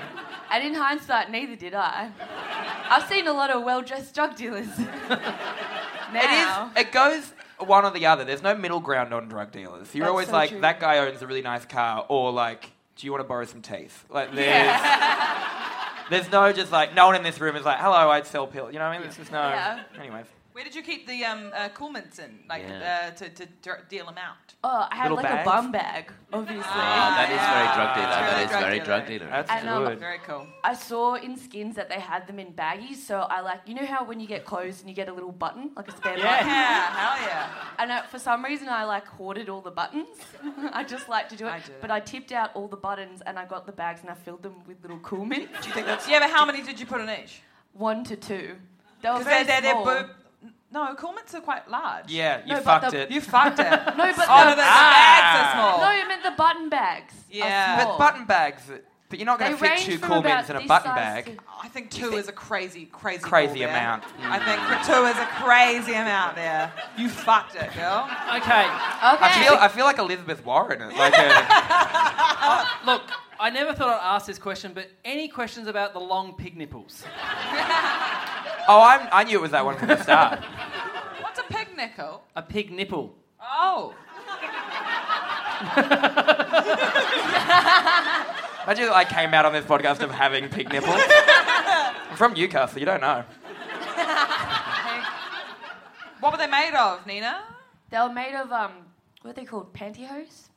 [SPEAKER 7] and in hindsight, neither did I. I've seen a lot of well-dressed drug
[SPEAKER 4] [laughs]
[SPEAKER 7] dealers. now,
[SPEAKER 4] It is. It goes one or the other. There's no middle ground on drug dealers. You're
[SPEAKER 7] That's
[SPEAKER 4] always
[SPEAKER 7] so
[SPEAKER 4] like,
[SPEAKER 7] true.
[SPEAKER 4] that guy owns a really nice car, or like, do you want to borrow some teeth? Like, there's.
[SPEAKER 7] [laughs]
[SPEAKER 4] There's no just like no one in this room is like hello I'd sell pills you know what I mean there's just no
[SPEAKER 7] Yeah.
[SPEAKER 4] anyways
[SPEAKER 5] Where did you keep the um, uh, cool mints in, like
[SPEAKER 6] Yeah.
[SPEAKER 5] uh, to, to dr- deal them out?
[SPEAKER 7] oh, I had
[SPEAKER 4] Little
[SPEAKER 7] like
[SPEAKER 4] bags?
[SPEAKER 7] a bum bag, obviously.
[SPEAKER 6] Ah, that is very drug dealer.
[SPEAKER 5] It's really
[SPEAKER 6] That is
[SPEAKER 5] drug
[SPEAKER 6] very
[SPEAKER 5] dealer.
[SPEAKER 6] drug dealer. Uh,
[SPEAKER 4] that's
[SPEAKER 7] And, um,
[SPEAKER 4] good
[SPEAKER 5] Very cool.
[SPEAKER 7] I saw in skins that they had them in baggies, so I like, you know how when you get clothes and you get a little button, like a spare button.
[SPEAKER 5] Yeah, hell yeah.
[SPEAKER 7] And I, for some reason, I like hoarded all the buttons. [laughs] I just like to do it.
[SPEAKER 5] I do
[SPEAKER 7] but
[SPEAKER 5] that.
[SPEAKER 7] I tipped out all the buttons and I got the bags and I filled them with little cool mints. [laughs]
[SPEAKER 4] do you think that's
[SPEAKER 5] Yeah, but how many did you put in each?
[SPEAKER 7] One to two. They were
[SPEAKER 5] Because
[SPEAKER 7] very
[SPEAKER 5] they're, they're, they're
[SPEAKER 7] small.
[SPEAKER 5] boob. No, cool mints are quite large.
[SPEAKER 4] yeah you
[SPEAKER 7] No, but
[SPEAKER 4] fucked
[SPEAKER 7] the-
[SPEAKER 4] it
[SPEAKER 5] You fucked it. no,
[SPEAKER 7] No, but
[SPEAKER 5] oh,
[SPEAKER 7] the,
[SPEAKER 5] the
[SPEAKER 4] Ah.
[SPEAKER 5] bags are small.
[SPEAKER 7] no, I meant the button bags. are
[SPEAKER 5] Yeah.
[SPEAKER 7] small.
[SPEAKER 4] but button bags but you're not
[SPEAKER 7] They
[SPEAKER 4] going to fit
[SPEAKER 7] range
[SPEAKER 4] two
[SPEAKER 7] from
[SPEAKER 4] cool
[SPEAKER 7] about
[SPEAKER 4] mints in a
[SPEAKER 7] this
[SPEAKER 4] button
[SPEAKER 7] size
[SPEAKER 4] bag
[SPEAKER 7] to-
[SPEAKER 5] I think two is a crazy, crazy,
[SPEAKER 4] Crazy
[SPEAKER 5] call there.
[SPEAKER 4] amount.
[SPEAKER 5] I think two is a crazy amount there. You fucked it, girl.
[SPEAKER 3] Okay.
[SPEAKER 4] I
[SPEAKER 7] Okay.
[SPEAKER 4] feel I feel like Elizabeth Warren like a, [laughs]
[SPEAKER 3] Look, I never thought I'd ask this question, but any questions about the long pig nipples?
[SPEAKER 4] oh I'm, I knew it was that one from the start
[SPEAKER 7] [laughs]
[SPEAKER 5] What's a pig nickel?
[SPEAKER 3] A pig nipple.
[SPEAKER 5] Oh,
[SPEAKER 4] Imagine if I came out on this podcast of having pig nipples.
[SPEAKER 7] [laughs]
[SPEAKER 4] I'm from Newcastle, you don't know.
[SPEAKER 5] what were they made of, Nina?
[SPEAKER 7] they were made of um, what are they called? Pantyhose.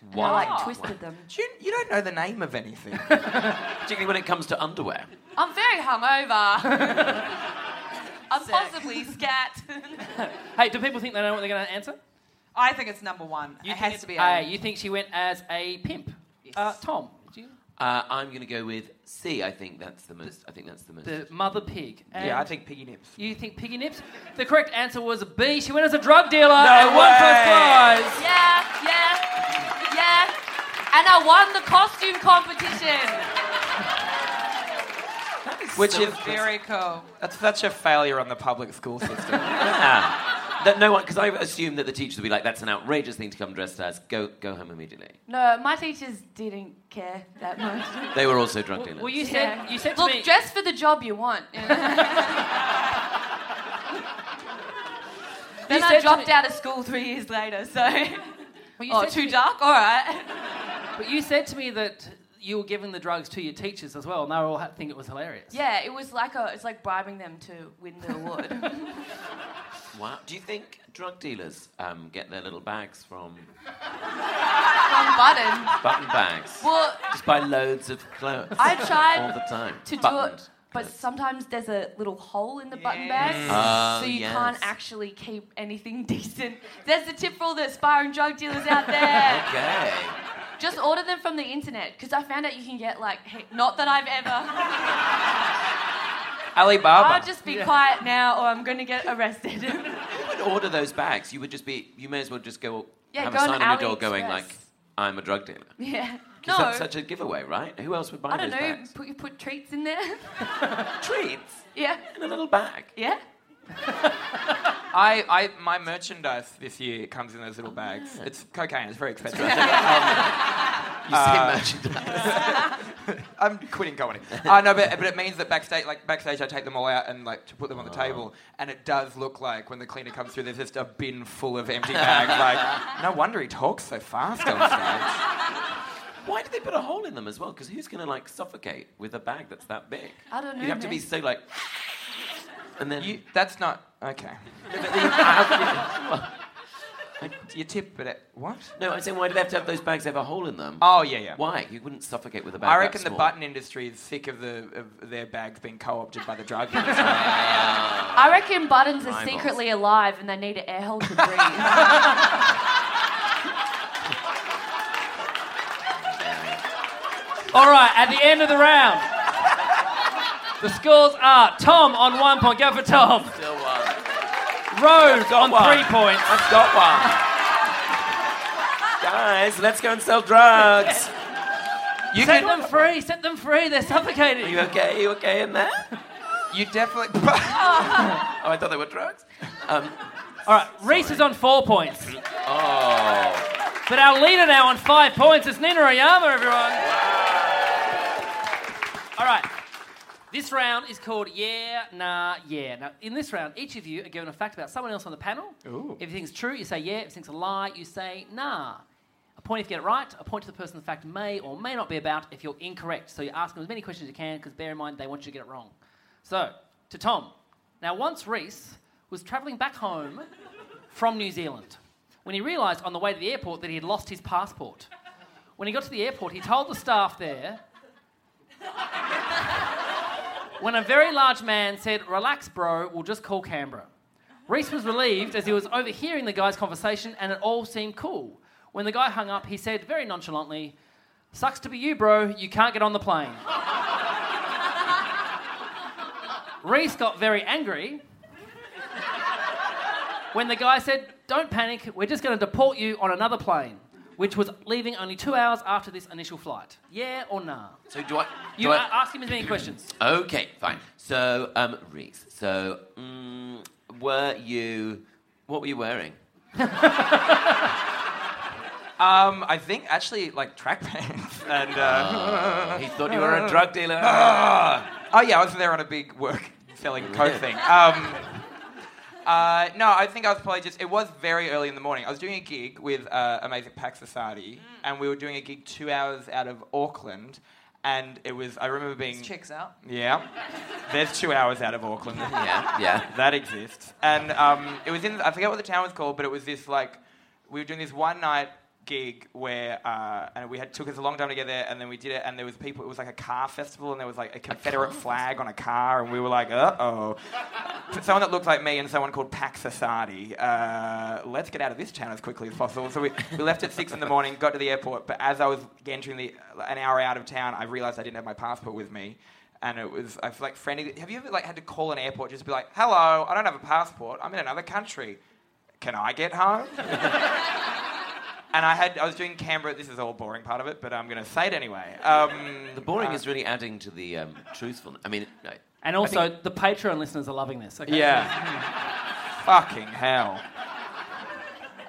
[SPEAKER 7] And
[SPEAKER 6] Wow.
[SPEAKER 7] I
[SPEAKER 3] Oh.
[SPEAKER 7] like twisted them.
[SPEAKER 4] You, you don't know the name of [laughs] anything.
[SPEAKER 6] Particularly when it comes to underwear.
[SPEAKER 7] I'm very hungover.
[SPEAKER 5] [laughs]
[SPEAKER 7] I'm [laughs] possibly scat.
[SPEAKER 3] Hey, do people think they know what they're going to answer?
[SPEAKER 5] I think it's number one.
[SPEAKER 3] You
[SPEAKER 5] it
[SPEAKER 3] think
[SPEAKER 5] has to be.
[SPEAKER 3] Uh,
[SPEAKER 5] A.
[SPEAKER 3] you think she went as a pimp? Uh, Tom, do you-
[SPEAKER 6] Uh, I'm going to go with C. I think that's the most. I think that's the most.
[SPEAKER 3] the mother pig. And
[SPEAKER 4] yeah, I think piggy nips.
[SPEAKER 3] You think piggy nips? The correct answer was B. She went as a drug dealer. No
[SPEAKER 4] way.
[SPEAKER 3] One plus
[SPEAKER 7] Yeah, yeah, yeah. And I won the costume competition.
[SPEAKER 4] Which is
[SPEAKER 5] Very cool.
[SPEAKER 4] that's such a failure on the public school system.
[SPEAKER 6] Ah. that no one, because I assume that the teachers would be like, "That's an outrageous thing to come dressed as. Go, go home immediately."
[SPEAKER 7] No, my teachers didn't care that much.
[SPEAKER 6] [laughs] They were also drug
[SPEAKER 3] five.
[SPEAKER 6] dealers.
[SPEAKER 3] Well, you said
[SPEAKER 7] Yeah.
[SPEAKER 3] you said to
[SPEAKER 7] Look,
[SPEAKER 3] me.
[SPEAKER 7] dress for the job you want. then
[SPEAKER 3] you said
[SPEAKER 7] I
[SPEAKER 3] to
[SPEAKER 7] dropped
[SPEAKER 3] me-
[SPEAKER 7] out of school three years later, so.
[SPEAKER 3] well, you
[SPEAKER 7] Oh,
[SPEAKER 3] said to
[SPEAKER 7] too
[SPEAKER 3] me-
[SPEAKER 7] dark? All right.
[SPEAKER 3] But you said to me that you were giving the drugs to your teachers as well, and they all ha- think it was hilarious.
[SPEAKER 7] Yeah, it was like a, it's like bribing them to win the award. [laughs]
[SPEAKER 6] wow. Do you think drug dealers um, get their little bags from
[SPEAKER 7] One button.
[SPEAKER 6] button bags?
[SPEAKER 7] Well,
[SPEAKER 6] Just buy loads of clothes.
[SPEAKER 7] I tried
[SPEAKER 6] all the time
[SPEAKER 7] to do
[SPEAKER 6] Buttoned.
[SPEAKER 7] it, but sometimes there's a little hole in the button bag,
[SPEAKER 5] Yes.
[SPEAKER 6] Mm.
[SPEAKER 7] so
[SPEAKER 6] Oh,
[SPEAKER 7] you
[SPEAKER 6] yes.
[SPEAKER 7] can't actually keep anything [laughs] decent. There's the tip for all the aspiring drug dealers out there.
[SPEAKER 6] [laughs] Okay.
[SPEAKER 7] Just order
[SPEAKER 6] [laughs]
[SPEAKER 7] them from the internet, because I found out you can get like, he- not that I've ever.
[SPEAKER 4] Alibaba.
[SPEAKER 7] I'll just be quiet now, or I'm going to get arrested. [laughs]
[SPEAKER 6] would order those bags, you would just be, you may as well just go
[SPEAKER 7] Yeah,
[SPEAKER 6] have
[SPEAKER 7] go
[SPEAKER 6] a
[SPEAKER 7] on
[SPEAKER 6] sign on your door going
[SPEAKER 7] AliExpress.
[SPEAKER 6] like, I'm a drug dealer.
[SPEAKER 7] yeah.
[SPEAKER 6] Because
[SPEAKER 7] No.
[SPEAKER 6] that's such a giveaway, right? Who else would buy
[SPEAKER 7] I don't
[SPEAKER 6] those
[SPEAKER 7] know.
[SPEAKER 6] bags?
[SPEAKER 7] Put you put treats in there. [laughs]
[SPEAKER 6] Treats
[SPEAKER 7] yeah.
[SPEAKER 6] in a little bag.
[SPEAKER 7] Yeah.
[SPEAKER 4] I, I, my merchandise this year comes in those little bags. It's cocaine. It's very expensive. [laughs]
[SPEAKER 6] You say merchandise.
[SPEAKER 4] I'm quitting comedy. Uh, no, but, but it means that backstage, like backstage, I take them all out and like to put them on the table, and it does look like when the cleaner comes through, there's just a bin full of empty bags. Like, no wonder he talks so fast on stage.
[SPEAKER 6] [laughs] Why did they put a hole in them as well? Because who's going to like suffocate with a bag that's that big?
[SPEAKER 7] I don't know,
[SPEAKER 6] You have to be
[SPEAKER 7] man.
[SPEAKER 6] so like, [laughs]
[SPEAKER 4] [laughs]
[SPEAKER 6] and then
[SPEAKER 4] You, that's not okay. You tip it. At, what?
[SPEAKER 6] no, I'm saying why do they have to have those bags have a hole in them?
[SPEAKER 4] Oh yeah, yeah.
[SPEAKER 6] Why you wouldn't suffocate with a bag?
[SPEAKER 4] I
[SPEAKER 6] that
[SPEAKER 4] reckon the
[SPEAKER 6] small.
[SPEAKER 4] button industry is sick of the of their bags being co-opted by the drug industry.
[SPEAKER 7] I reckon buttons are
[SPEAKER 6] Eyeballs.
[SPEAKER 7] secretly alive and they need an air hole
[SPEAKER 6] [laughs]
[SPEAKER 7] to breathe.
[SPEAKER 3] All right, at the end of the round, the scores are Tom on one point. Go for Tom.
[SPEAKER 6] Still one.
[SPEAKER 3] Rose on
[SPEAKER 6] one.
[SPEAKER 3] three points.
[SPEAKER 6] I've got one. Guys, let's go and sell drugs.
[SPEAKER 4] You
[SPEAKER 3] Set
[SPEAKER 4] can.
[SPEAKER 3] them free. Set them free. They're
[SPEAKER 6] Are
[SPEAKER 3] suffocating.
[SPEAKER 6] you okay? you okay in there? Oh,
[SPEAKER 4] You definitely. [laughs] oh,
[SPEAKER 6] I thought they were drugs.
[SPEAKER 3] All right, Reese is on four points,
[SPEAKER 6] Oh,
[SPEAKER 3] but our leader now on five points is Nina Oyama, everyone. All right. This round is called Yeah, Nah, Yeah. Now, in this round, each of you are given a fact about someone else on the panel. If you think it's true, you say yeah. If you think it's a lie, you say nah. A point if you get it right, a point to the person the fact may or may not be about if you're incorrect. So you ask them as many questions as you can because bear in mind they want you to get it wrong. So, to Tom. Now, once Reese was travelling back home from New Zealand when he realised on the way to the airport that he had lost his passport. When he got to the airport, he told the staff there when a very large man said, Relax, bro, we'll just call Canberra. Reese was relieved as he was overhearing the guy's conversation and it all seemed cool. When the guy hung up, he said very nonchalantly, Sucks to be you, bro, you can't get on the plane. Reese got very angry when the guy said, Don't panic, we're just going to deport you on another plane, which was leaving only two hours after this initial flight. Yeah or nah?
[SPEAKER 6] so do I? Do
[SPEAKER 3] You
[SPEAKER 6] I,
[SPEAKER 3] a- ask him as many questions.
[SPEAKER 6] Okay, fine. So, um, Reese, so mm, were you. What were you wearing?
[SPEAKER 4] [laughs] um, I think actually like track pants [laughs] and. Uh,
[SPEAKER 6] He thought you were a drug dealer.
[SPEAKER 4] [laughs] Oh yeah, I was there on a big work selling coke thing. Um, uh, no, I think I was probably just. It was very early in the morning. I was doing a gig with uh, Amazing Pack Society, and we were doing a gig two hours out of Auckland, and it was. I remember being.
[SPEAKER 5] Checks out.
[SPEAKER 4] Yeah, there's two hours out of Auckland.
[SPEAKER 6] yeah, yeah.
[SPEAKER 4] [laughs] That exists. And um, it was in, I forget what the town was called, but it was this like, we were doing this one night gig where, uh, and we had, took us a long time to get there, and then we did it, and there was people, it was like a car festival, and there was like a Confederate flag on a car, and we were like, uh oh. someone that looked like me and someone called Pack Society, uh, let's get out of this town as quickly as possible. So we, we left at six in the morning, got to the airport, but as I was entering the, an hour out of town, I realized I didn't have my passport with me and it was I feel like frantic. Have you ever like had to call an airport just to be like, "Hello, I don't have a passport. I'm in another country. Can I get home?" and I had I was doing Canberra. This is all boring part of it, but I'm going to say it anyway. Um,
[SPEAKER 6] The boring is
[SPEAKER 5] Uh,
[SPEAKER 6] really adding to the um, truthfulness. I mean, no,
[SPEAKER 3] And also, the Patreon listeners are loving this. Okay?
[SPEAKER 4] yeah, fucking hell.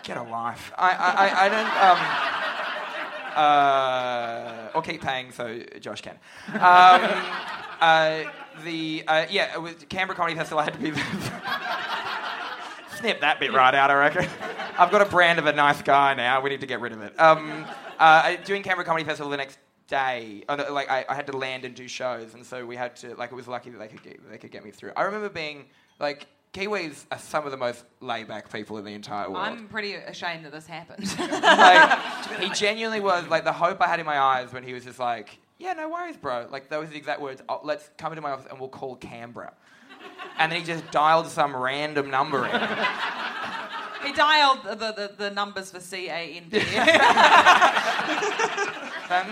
[SPEAKER 4] Get a life. I I, I, I don't. Um, uh, or keep paying so Josh can. Um, uh, the uh, yeah, with Canberra Comedy Festival, I had to be [laughs] snip that bit right out. I reckon. I've got a brand of a nice guy now. We need to get rid of it. Um, uh, I- doing Canberra Comedy Festival the next day, oh, no, like I, I had to land and do shows, and so we had to like it was lucky that they could get, they could get me through. I remember being like. Kiwis are some of the most laid-back people in the entire world
[SPEAKER 5] I'm pretty ashamed that this happened. [laughs]
[SPEAKER 4] like, [laughs] he genuinely was like the hope I had in my eyes when he was just like, "Yeah, no worries, bro." Like those are the exact words. Oh, let's come into my office and we'll call Canberra. And then he just dialed some random number in. [laughs]
[SPEAKER 5] he dialed the, the, the numbers for C A N B.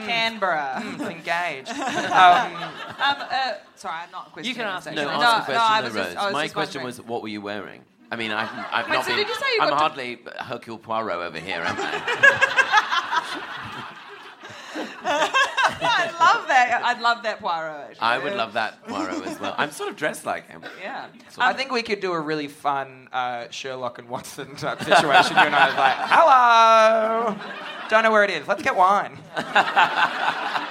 [SPEAKER 5] Canberra.
[SPEAKER 4] It's engaged. Um,
[SPEAKER 5] uh, sorry, I'm not questioning.
[SPEAKER 3] can ask
[SPEAKER 5] this,
[SPEAKER 6] No,
[SPEAKER 5] actually.
[SPEAKER 6] ask the question,
[SPEAKER 5] I
[SPEAKER 6] no,
[SPEAKER 5] was just, I
[SPEAKER 6] Rose.
[SPEAKER 5] was
[SPEAKER 6] My
[SPEAKER 5] just
[SPEAKER 6] question
[SPEAKER 5] wondering.
[SPEAKER 6] was, what were you wearing? I mean, I've, I've
[SPEAKER 5] Wait,
[SPEAKER 6] not
[SPEAKER 5] so
[SPEAKER 6] been.
[SPEAKER 5] did you say you
[SPEAKER 6] I'm
[SPEAKER 5] got to-
[SPEAKER 6] hardly Hercule Poirot over here, am I?
[SPEAKER 5] I'd love that. I'd love that Poirot. Actually.
[SPEAKER 6] I would love that Poirot as well. I'm sort of dressed like him.
[SPEAKER 5] Yeah.
[SPEAKER 4] I think we could do a really fun uh, Sherlock and Watson type situation. you and I was like, hello. Don't know where it is. Let's get wine. [laughs]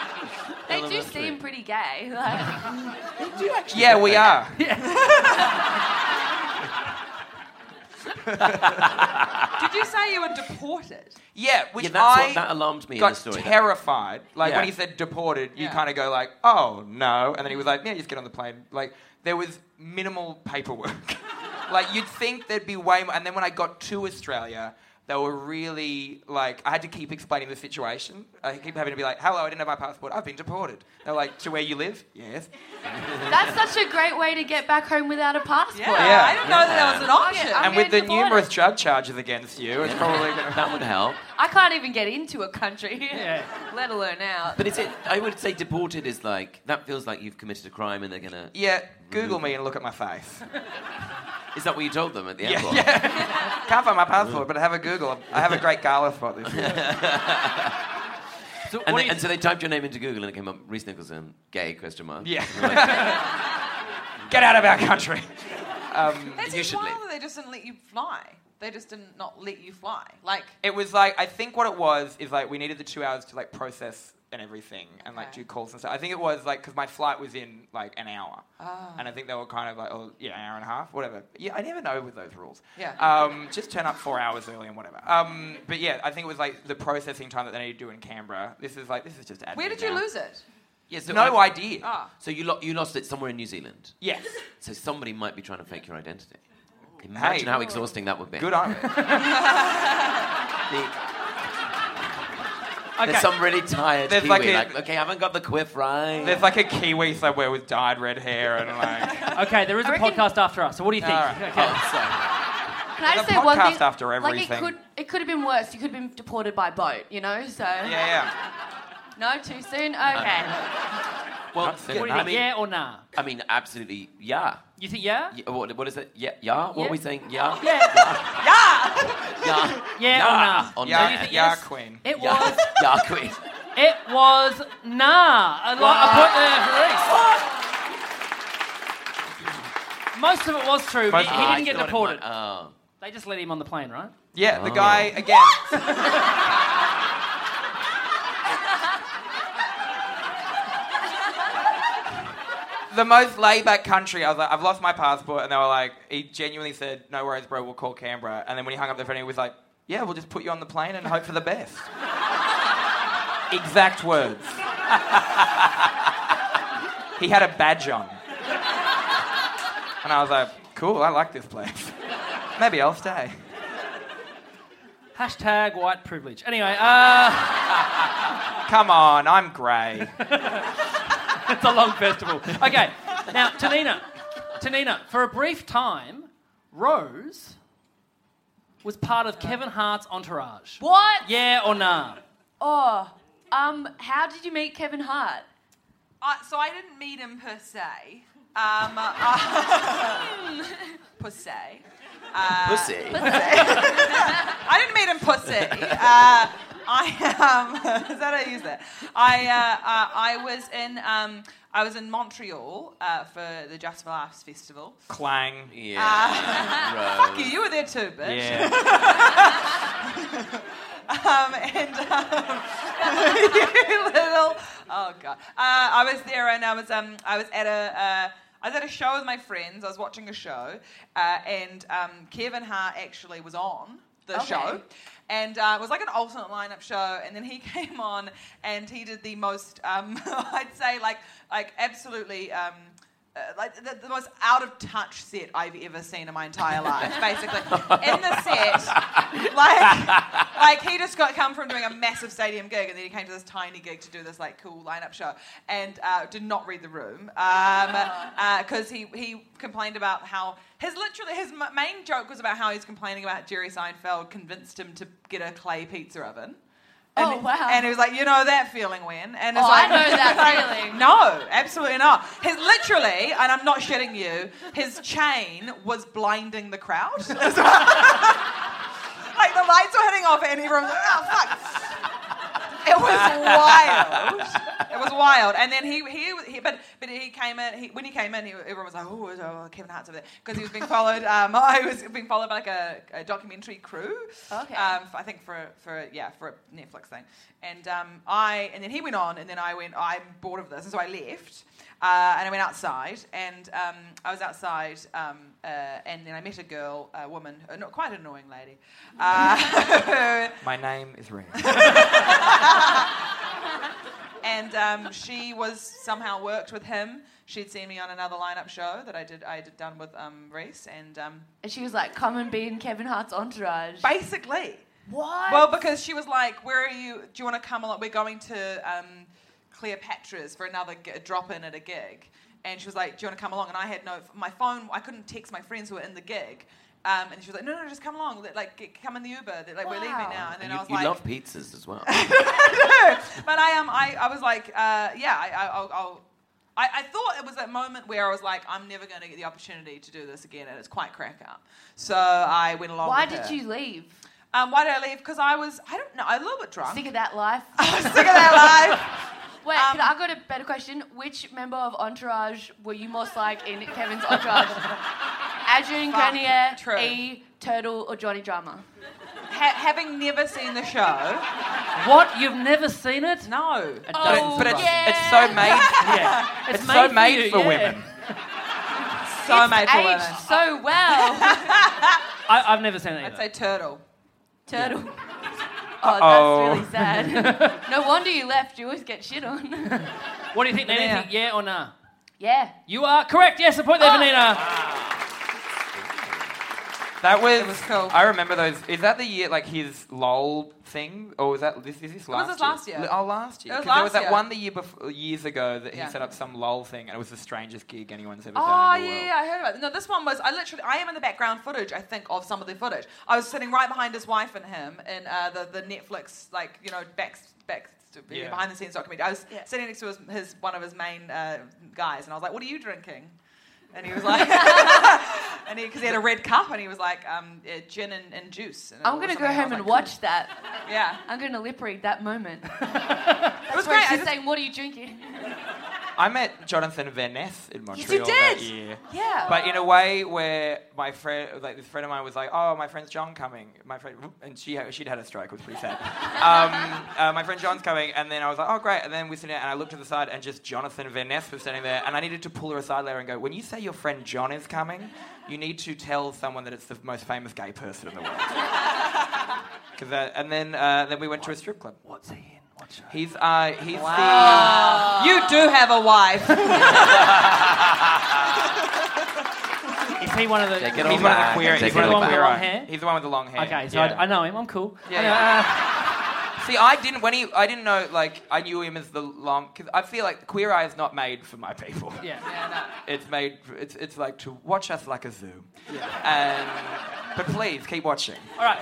[SPEAKER 7] They do seem pretty gay. [laughs] Like,
[SPEAKER 4] Yeah, we are.
[SPEAKER 5] Did you say you were deported?
[SPEAKER 4] Yeah, which
[SPEAKER 6] Yeah, that's
[SPEAKER 4] I
[SPEAKER 6] what, that alarmed me in the
[SPEAKER 4] got
[SPEAKER 6] story. That-
[SPEAKER 4] terrified. Like
[SPEAKER 6] Yeah.
[SPEAKER 4] when he said deported, you
[SPEAKER 5] Yeah.
[SPEAKER 4] kind of go like, oh no, and then he was like, yeah, just get on the plane. Like there was minimal paperwork. [laughs] like you'd think there'd be way more. And then when I got to Australia. They were really like I had to keep explaining the situation. I keep having to be like, "Hello, I didn't have my passport. I've been deported." They're like, "To where you live?" Yes.
[SPEAKER 7] that's such a great way to get back home without a passport.
[SPEAKER 4] Yeah.
[SPEAKER 5] I didn't know that there was an option.
[SPEAKER 7] I'm
[SPEAKER 4] and with the
[SPEAKER 7] getting deported.
[SPEAKER 4] numerous drug charges against you, it's probably
[SPEAKER 6] [laughs]
[SPEAKER 4] going to.
[SPEAKER 6] that would help.
[SPEAKER 7] I can't even get into a country, let alone out.
[SPEAKER 6] But is it? I would say deported is like that. Feels like you've committed a crime, and they're gonna.
[SPEAKER 4] Yeah, Google me and look at my face.
[SPEAKER 6] Is that what you told them at the
[SPEAKER 4] Yeah,
[SPEAKER 6] airport?
[SPEAKER 4] yeah. Can't find my passport, but I have a Google. I have a great gala spot this year.
[SPEAKER 3] [laughs] So what
[SPEAKER 6] And,
[SPEAKER 3] do
[SPEAKER 6] they,
[SPEAKER 3] you
[SPEAKER 6] and so they typed your name into Google, and it came up Reese Nicholson, gay question mark.
[SPEAKER 4] Yeah.
[SPEAKER 6] Right.
[SPEAKER 4] Get out of our country.
[SPEAKER 5] That's
[SPEAKER 6] You
[SPEAKER 5] just
[SPEAKER 6] should
[SPEAKER 5] wild
[SPEAKER 6] leave.
[SPEAKER 5] that they just didn't let you fly. They just didn't not let you fly. Like
[SPEAKER 4] It was like I think what it was is like we needed the two hours to like process and everything and like
[SPEAKER 5] Okay.
[SPEAKER 4] do calls and stuff. I think it was like because my flight was in like an hour,
[SPEAKER 5] Ah.
[SPEAKER 4] and I think they were kind of like oh yeah an hour and a half whatever. Yeah, I never know with those rules.
[SPEAKER 5] Yeah.
[SPEAKER 4] Um, just turn up four hours early and whatever. Um, but yeah, I think it was like the processing time that they needed to do in Canberra. This is like this is just.
[SPEAKER 5] where
[SPEAKER 4] admin
[SPEAKER 5] did you
[SPEAKER 4] now.
[SPEAKER 5] lose it?
[SPEAKER 6] Yeah, so
[SPEAKER 4] No
[SPEAKER 6] I-
[SPEAKER 4] idea.
[SPEAKER 5] Ah.
[SPEAKER 6] So you, lo- you lost it somewhere in New Zealand.
[SPEAKER 4] Yes.
[SPEAKER 6] So somebody might be trying to fake your identity. Imagine how exhausting that would be.
[SPEAKER 4] Good on it.
[SPEAKER 6] There's some really tired
[SPEAKER 4] There's
[SPEAKER 6] Kiwi,
[SPEAKER 4] like
[SPEAKER 6] like,
[SPEAKER 4] a-
[SPEAKER 6] okay, I haven't got the quiff right.
[SPEAKER 4] [laughs] There's like a Kiwi somewhere with dyed red hair and like.
[SPEAKER 3] Okay, there is a
[SPEAKER 7] I reckon-
[SPEAKER 3] podcast after us. So what do you think?
[SPEAKER 4] All right.
[SPEAKER 3] Okay.
[SPEAKER 6] Oh, sorry.
[SPEAKER 7] Can I
[SPEAKER 4] There's
[SPEAKER 7] just
[SPEAKER 4] a
[SPEAKER 7] say one
[SPEAKER 4] podcast
[SPEAKER 7] thing?
[SPEAKER 4] after everything.
[SPEAKER 7] Like it could, it could have been worse. You could have been deported by boat, you know. So
[SPEAKER 4] Yeah, yeah.
[SPEAKER 7] no, too soon. Okay.
[SPEAKER 6] Well,
[SPEAKER 4] Not
[SPEAKER 6] yeah,
[SPEAKER 4] good,
[SPEAKER 6] I,
[SPEAKER 4] huh?
[SPEAKER 6] mean,
[SPEAKER 3] yeah or nah?
[SPEAKER 6] I mean, absolutely, yeah.
[SPEAKER 3] You think yeah?
[SPEAKER 6] yeah what, what is it? Yeah, yeah. What are we
[SPEAKER 3] Yeah.
[SPEAKER 6] saying? Yeah,
[SPEAKER 3] Yeah.
[SPEAKER 6] yeah,
[SPEAKER 3] Yeah or nah?
[SPEAKER 6] On
[SPEAKER 4] Yeah,
[SPEAKER 6] that.
[SPEAKER 3] think
[SPEAKER 4] yeah,
[SPEAKER 3] yes?
[SPEAKER 4] Queen.
[SPEAKER 3] It
[SPEAKER 6] yeah,
[SPEAKER 3] was.
[SPEAKER 6] [laughs] yeah, queen.
[SPEAKER 3] It was nah. I, like, I put there for Reece. Most of it was true. but
[SPEAKER 4] Most
[SPEAKER 3] he
[SPEAKER 4] of
[SPEAKER 6] Ah,
[SPEAKER 3] didn't
[SPEAKER 6] you
[SPEAKER 3] get
[SPEAKER 6] thought it
[SPEAKER 3] deported.
[SPEAKER 6] might- oh.
[SPEAKER 3] They just let him on the plane, right?
[SPEAKER 4] Yeah, the guy again. [laughs] the most laid-back country. I was like, I've lost my passport, and they were like, he genuinely said, "No worries, bro. We'll call Canberra." And then when he hung up the phone, he was like, "Yeah, we'll just put you on the plane and hope for the best." exact words. he had a badge on, and I was like, "Cool, I like this place. [laughs] Maybe I'll stay."
[SPEAKER 3] Hashtag white privilege. Anyway, uh, [laughs]
[SPEAKER 4] Come on, I'm
[SPEAKER 5] [laughs]
[SPEAKER 4] grey.
[SPEAKER 3] it's a long festival. Okay, now Tanina, Tanina, for a brief time, Rose was part of Kevin Hart's entourage.
[SPEAKER 7] What?
[SPEAKER 3] Yeah or nah?
[SPEAKER 7] Oh, um, how did you meet Kevin Hart?
[SPEAKER 5] Uh, so I didn't meet him per se. Um, [laughs] uh, per se.
[SPEAKER 6] Pussy.
[SPEAKER 5] I didn't meet him pussy. Uh, I um, [laughs] is that how you use it? I uh, uh, I was in um, I was in Montreal uh, for the Just for Laughs festival.
[SPEAKER 4] Clang.
[SPEAKER 6] Yeah.
[SPEAKER 5] Fuck you, you were there too, bitch.
[SPEAKER 4] Yeah.
[SPEAKER 5] [laughs] Um, and um, you [laughs] little, oh god, uh, I was there and I was um, I was at a. Uh, I was at a show with my friends. I was watching a show, uh, and um, Kevin Hart actually was on the
[SPEAKER 7] Okay.
[SPEAKER 5] show, and uh, it was like an alternate lineup show. And then he [laughs] came on, and he did the most, um, [laughs] I'd say, like like absolutely. Um, uh, like the, the most out of touch set I've ever seen in my entire life, basically. In the set, like like he just got come from doing a massive stadium gig, and then he came to this tiny gig to do this like cool lineup show, and uh, did not read the room because he he complained about how his literally his m- main joke was about how he's complaining about Jerry Seinfeld convinced him to get a clay pizza oven. And,
[SPEAKER 7] Oh, wow.
[SPEAKER 5] And he was like, you know that feeling when? And it's
[SPEAKER 7] Oh, I
[SPEAKER 5] like,
[SPEAKER 7] know that
[SPEAKER 5] it's [laughs] like,
[SPEAKER 7] feeling.
[SPEAKER 5] No, absolutely not. His literally, and I'm not shitting you, his chain was blinding the crowd. [laughs] like the lights were hitting off, and everyone was like, oh fuck. It was wild. It was wild. And then he, he, he but but he came in. He, when he came in, he, everyone was like, "Oh, oh, Kevin Hart's over there," because he was being followed. Um, [laughs] I was being followed by like a, a documentary crew.
[SPEAKER 7] Okay.
[SPEAKER 5] Um, f- I think for for yeah for a Netflix thing. And um, I and then he went on, and then I went. "Oh, I'm bored of this, and so I left. Uh, and I went outside, and um, I was outside, um, uh, and then I met a girl, a woman, uh, not quite an annoying lady. Uh,
[SPEAKER 4] My name is Ray.
[SPEAKER 5] [laughs] and um, she was somehow worked with him. She'd seen me on another lineup show that I did. I did done with um, Reese, and um,
[SPEAKER 7] And she was like, come and be in Kevin Hart's entourage.
[SPEAKER 5] basically,
[SPEAKER 7] What?
[SPEAKER 5] well, because she was like, "Where are you? Do you want to come along? We're going to um, Cleopatra's for another g- drop in at a gig." And she was like, "Do you want to come along?" And I had no my phone. I couldn't text my friends who were in the gig. Um, and she was like, "No, no, just come along. Let- Like, get, come in the Uber. That- Like, we're leaving
[SPEAKER 7] Wow.
[SPEAKER 5] now." And then
[SPEAKER 6] you
[SPEAKER 5] I was
[SPEAKER 6] you
[SPEAKER 5] like,
[SPEAKER 6] love pizzas as well.
[SPEAKER 5] but I um, I, I was like, uh, yeah, I, I, I'll, I'll I, I thought it was that moment where I was like, I'm never going to get the opportunity to do this again, and it's quite crack up. So I went along.
[SPEAKER 4] Oh,
[SPEAKER 7] Why
[SPEAKER 5] with
[SPEAKER 7] did
[SPEAKER 5] her.
[SPEAKER 7] you leave?
[SPEAKER 5] Um, why did I leave? Because I was, I don't know, I was a little bit drunk.
[SPEAKER 7] Sick
[SPEAKER 5] [laughs]
[SPEAKER 7] of that life.
[SPEAKER 5] I'm sick of that life.
[SPEAKER 7] Wait,
[SPEAKER 5] Um,
[SPEAKER 7] can I got a better question? Which member of Entourage were you most like in Kevin's Entourage?
[SPEAKER 5] [laughs]
[SPEAKER 7] Adrian
[SPEAKER 5] Fuck,
[SPEAKER 7] Grenier,
[SPEAKER 5] true.
[SPEAKER 7] E, Turtle, or Johnny Drama?
[SPEAKER 5] Ha- having never seen the show,
[SPEAKER 3] What? You've never seen it?
[SPEAKER 7] [laughs]
[SPEAKER 5] no.
[SPEAKER 4] But, it-
[SPEAKER 7] Oh,
[SPEAKER 4] but it's,
[SPEAKER 7] yeah.
[SPEAKER 4] it's so made.
[SPEAKER 3] Yeah.
[SPEAKER 4] It's, so made
[SPEAKER 3] you,
[SPEAKER 4] for
[SPEAKER 3] yeah.
[SPEAKER 4] women.
[SPEAKER 5] So made for women.
[SPEAKER 7] Aged so well.
[SPEAKER 5] [laughs]
[SPEAKER 3] I, I've never seen it either.
[SPEAKER 5] I'd say turtle.
[SPEAKER 7] Turtle.
[SPEAKER 4] Uh-oh.
[SPEAKER 7] Oh, that's really sad.
[SPEAKER 5] [laughs]
[SPEAKER 7] no wonder you left. You always get shit on.
[SPEAKER 3] What do you think, Nina?
[SPEAKER 5] Yeah.
[SPEAKER 3] You think yeah or nah?
[SPEAKER 7] yeah.
[SPEAKER 3] You are correct. Yes, a point there for
[SPEAKER 7] Oh.
[SPEAKER 3] Nina.
[SPEAKER 4] That was,
[SPEAKER 5] was cool.
[SPEAKER 4] I remember those. Is that the year like his lol thing, or was that this? Is this last?
[SPEAKER 5] was this last year.
[SPEAKER 4] Li- Oh, last year.
[SPEAKER 5] It was
[SPEAKER 4] 'Cause there was
[SPEAKER 5] last
[SPEAKER 4] that
[SPEAKER 5] year.
[SPEAKER 4] one the year before, years ago that
[SPEAKER 5] Yeah.
[SPEAKER 4] he set up some lol thing, and it was the strangest gig anyone's ever
[SPEAKER 5] Oh
[SPEAKER 4] done. in the
[SPEAKER 5] yeah,
[SPEAKER 4] world.
[SPEAKER 5] yeah, I heard about it. No, this one was I literally I am in the background footage. I think of some of the footage. I was sitting right behind his wife and him in uh, the the Netflix like you know back back
[SPEAKER 4] Yeah.
[SPEAKER 5] behind the scenes documentary. I was
[SPEAKER 7] Yeah.
[SPEAKER 5] sitting next to his, his one of his main uh, guys, and I was like, "What are you drinking?" And he was like, [laughs] and he because he had a red cup, and he was like, um, uh, "Gin and, and juice." And
[SPEAKER 7] I'm
[SPEAKER 5] or
[SPEAKER 7] going to
[SPEAKER 5] something,
[SPEAKER 7] go
[SPEAKER 5] I was
[SPEAKER 7] home and
[SPEAKER 5] like,
[SPEAKER 7] watch that.
[SPEAKER 5] "Cool." [laughs] Yeah,
[SPEAKER 7] I'm going to lip read that
[SPEAKER 5] [laughs]
[SPEAKER 7] moment.
[SPEAKER 5] it
[SPEAKER 7] Where
[SPEAKER 5] was great. I
[SPEAKER 7] she's
[SPEAKER 5] just-
[SPEAKER 7] saying, What are you drinking?
[SPEAKER 4] I met Jonathan Van Ness in Montreal
[SPEAKER 5] you
[SPEAKER 4] that
[SPEAKER 5] did.
[SPEAKER 4] year.
[SPEAKER 7] Yeah.
[SPEAKER 4] But in a way where my friend, like this friend of mine, was like, "Oh, my friend's John coming." My friend, and she had- she'd had a stroke, it was
[SPEAKER 3] [laughs]
[SPEAKER 4] pretty sad. um, uh, my friend John's coming, and then I was like, "Oh, great!" And then we sit down, and I looked to the side, and just Jonathan Van Ness was standing there, and I needed to pull her aside later and go, "When you say your friend John is coming, you need to tell someone that it's the most famous gay person in the world." [laughs] 'Cause that- and then uh, then we went to a strip club.
[SPEAKER 3] What's he in? What show?
[SPEAKER 4] He's uh, he's
[SPEAKER 5] you do have a wife.
[SPEAKER 3] Is he one of the?
[SPEAKER 6] Take it
[SPEAKER 4] the
[SPEAKER 6] all
[SPEAKER 4] he's one of the
[SPEAKER 6] back,
[SPEAKER 4] queer
[SPEAKER 6] take
[SPEAKER 4] he's
[SPEAKER 6] it
[SPEAKER 4] one of
[SPEAKER 6] all
[SPEAKER 4] the
[SPEAKER 3] back.
[SPEAKER 4] queer
[SPEAKER 3] Long
[SPEAKER 4] eye-
[SPEAKER 3] hair?
[SPEAKER 4] He's the one with the long hair.
[SPEAKER 3] Okay, so
[SPEAKER 4] yeah.
[SPEAKER 3] I, I know him. I'm cool.
[SPEAKER 4] Yeah,
[SPEAKER 3] I know-
[SPEAKER 4] yeah. See, I didn't when he. I didn't know like I knew him as the long. Cause I feel like Queer Eye is not made for my people.
[SPEAKER 3] uh, yeah.
[SPEAKER 4] [laughs] It's made. for- It's it's like to watch us like a zoo.
[SPEAKER 3] Yeah.
[SPEAKER 4] And but please keep watching.
[SPEAKER 3] All right.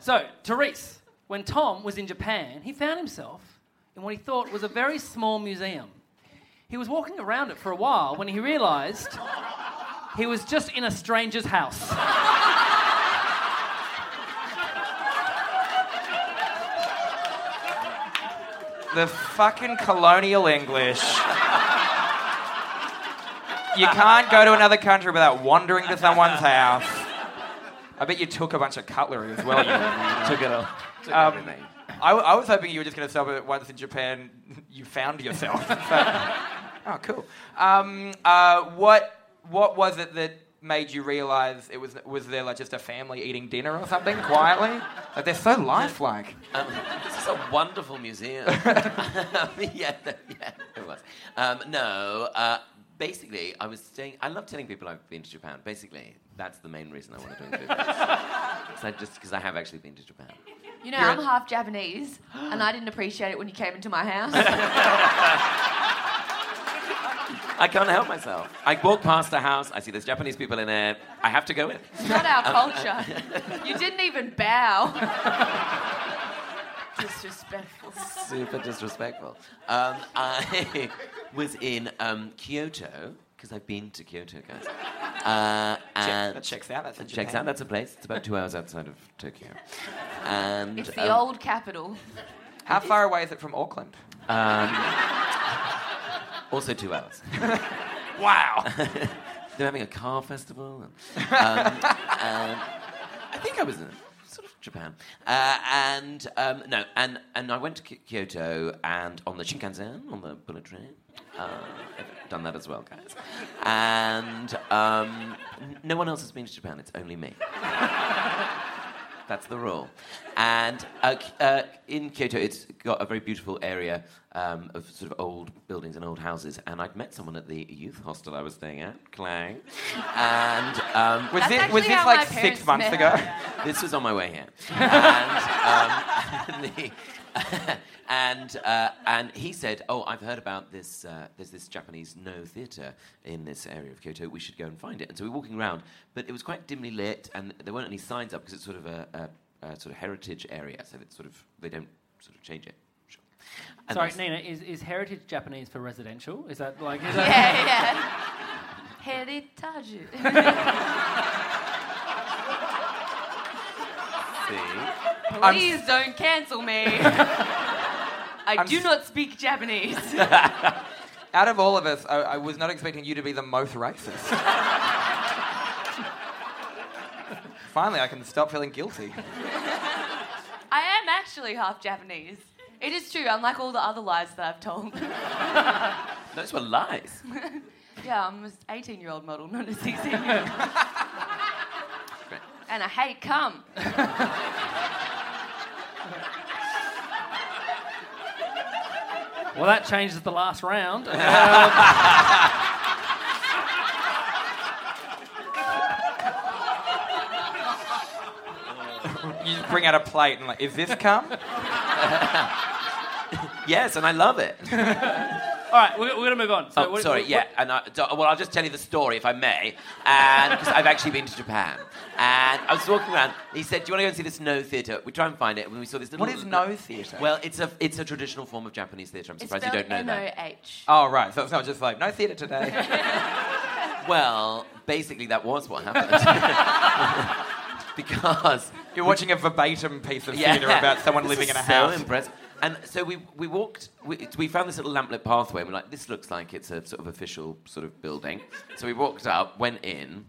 [SPEAKER 3] So, Therese, when Tom was in Japan, he found himself in what he thought was a very small museum. He was walking around it for a while when he realized he was just in a stranger's house.
[SPEAKER 4] The fucking colonial English. you can't go to another country without wandering to someone's house. I bet you took a bunch of cutlery as well. You took it all.
[SPEAKER 6] Took
[SPEAKER 4] Um,
[SPEAKER 6] everything.
[SPEAKER 4] I, I was hoping you were just going to stop it once in Japan. You
[SPEAKER 7] [laughs]
[SPEAKER 4] found yourself. [laughs] But- oh, cool. Um, uh, what what was it that made you realise it was was there like just a family eating dinner or something quietly? Like they're so lifelike.
[SPEAKER 6] Um, this is a wonderful
[SPEAKER 7] [laughs]
[SPEAKER 6] museum. [laughs] yeah, th- yeah, it was. Um, no, uh, basically, I was staying. I love telling people I've been to Japan. Basically, that's the main reason I want to do it. [laughs] I just because I have actually been to Japan.
[SPEAKER 7] You know,
[SPEAKER 4] You're
[SPEAKER 7] I'm
[SPEAKER 4] a-
[SPEAKER 7] half Japanese, and I didn't appreciate it when you came into my house.
[SPEAKER 6] I can't help myself. I walk past a house. I see there's Japanese people in it. I have to go in. [laughs]
[SPEAKER 7] Not our culture. You didn't even bow. Disrespectful.
[SPEAKER 6] super disrespectful. Um, I [laughs] was in um, Kyoto because I've been to Kyoto, guys. Uh, and
[SPEAKER 4] that checks out, that's in
[SPEAKER 6] It checks
[SPEAKER 4] Japan.
[SPEAKER 6] out. That's a place. It's about two hours outside of
[SPEAKER 7] [laughs]
[SPEAKER 6] Tokyo. And
[SPEAKER 7] It's the
[SPEAKER 6] um,
[SPEAKER 7] old capital.
[SPEAKER 4] How far away is it from Auckland?
[SPEAKER 6] also two hours.
[SPEAKER 4] Wow.
[SPEAKER 6] [laughs] They're having a car festival. And, um, and I think I was in sort of Japan. Uh, and um, no, and, and I went to Ky- Kyoto and on the Shinkansen, on the bullet train. Uh, I've done that as well, guys. And um, n- no one else has been to Japan, it's only me. That's the rule. And uh, K- uh, in Kyoto, it's got a very beautiful area um, of sort of old buildings and old houses. And I'd met someone at the youth hostel I was staying at, Clang. And um,
[SPEAKER 4] Was
[SPEAKER 7] That's
[SPEAKER 4] this,
[SPEAKER 7] actually
[SPEAKER 4] was this
[SPEAKER 7] how
[SPEAKER 4] like
[SPEAKER 7] my
[SPEAKER 4] six
[SPEAKER 7] parents
[SPEAKER 4] months
[SPEAKER 7] met.
[SPEAKER 4] ago?
[SPEAKER 6] this was on my way here. And, um, [laughs] the- and, uh, and he said, Oh, I've heard about this. Uh, there's this Japanese no theatre in this area of Kyoto. We should go and find it. And so we were walking around, but it was quite dimly lit, and there weren't any signs up because it's sort of a, a, a sort of heritage area. So it's sort of, they don't sort of change it. Sure. And
[SPEAKER 3] Sorry,
[SPEAKER 6] there's-
[SPEAKER 3] Nina, is, is heritage Japanese for residential? Is that like. Is that,
[SPEAKER 7] Yeah, yeah. Heritage.
[SPEAKER 6] See?
[SPEAKER 7] Please don't cancel
[SPEAKER 6] [laughs]
[SPEAKER 7] me. I do not speak
[SPEAKER 6] [laughs]
[SPEAKER 7] Japanese.
[SPEAKER 4] [laughs] Out of all of us, I, I was not expecting you to be the
[SPEAKER 7] [laughs]
[SPEAKER 4] most racist. Finally, I can stop feeling guilty.
[SPEAKER 7] I am actually half Japanese. It is true, unlike all the other lies that I've told. [laughs]
[SPEAKER 6] Those were lies.
[SPEAKER 7] yeah, I'm an 18 year old model, not a 16 year old. And I hate cum.
[SPEAKER 3] well, that changes the last
[SPEAKER 6] [laughs]
[SPEAKER 3] round.
[SPEAKER 4] You just bring out a plate and like, is this cum?
[SPEAKER 6] Yes, and I love it.
[SPEAKER 3] All right, we're, we're going to move on. So
[SPEAKER 6] oh,
[SPEAKER 3] what-
[SPEAKER 6] sorry,
[SPEAKER 3] what-
[SPEAKER 6] yeah. And I, so- well, I'll just tell you the story if I may, and because I've actually been to Japan. And I was walking around. He said, "Do you want to go and see this no theatre?" We try and find it. When we saw this, little,
[SPEAKER 4] What is no theatre?
[SPEAKER 6] Well, it's a it's a traditional form of Japanese theatre. I'm surprised you don't know that. Uh,
[SPEAKER 7] N-O-H.
[SPEAKER 4] Oh, right. So it's not just like, no theatre today.
[SPEAKER 6] Well, basically, that was what happened [laughs] because
[SPEAKER 4] You're watching a verbatim piece of
[SPEAKER 6] Yeah.
[SPEAKER 4] theatre about someone
[SPEAKER 6] [laughs] This
[SPEAKER 4] living
[SPEAKER 6] is
[SPEAKER 4] in a
[SPEAKER 6] so
[SPEAKER 4] house.
[SPEAKER 6] impressive. And so we, we walked, we, we found this little lamplit pathway, and we're like, this looks like it's a sort of official sort of building. So we walked up, went in,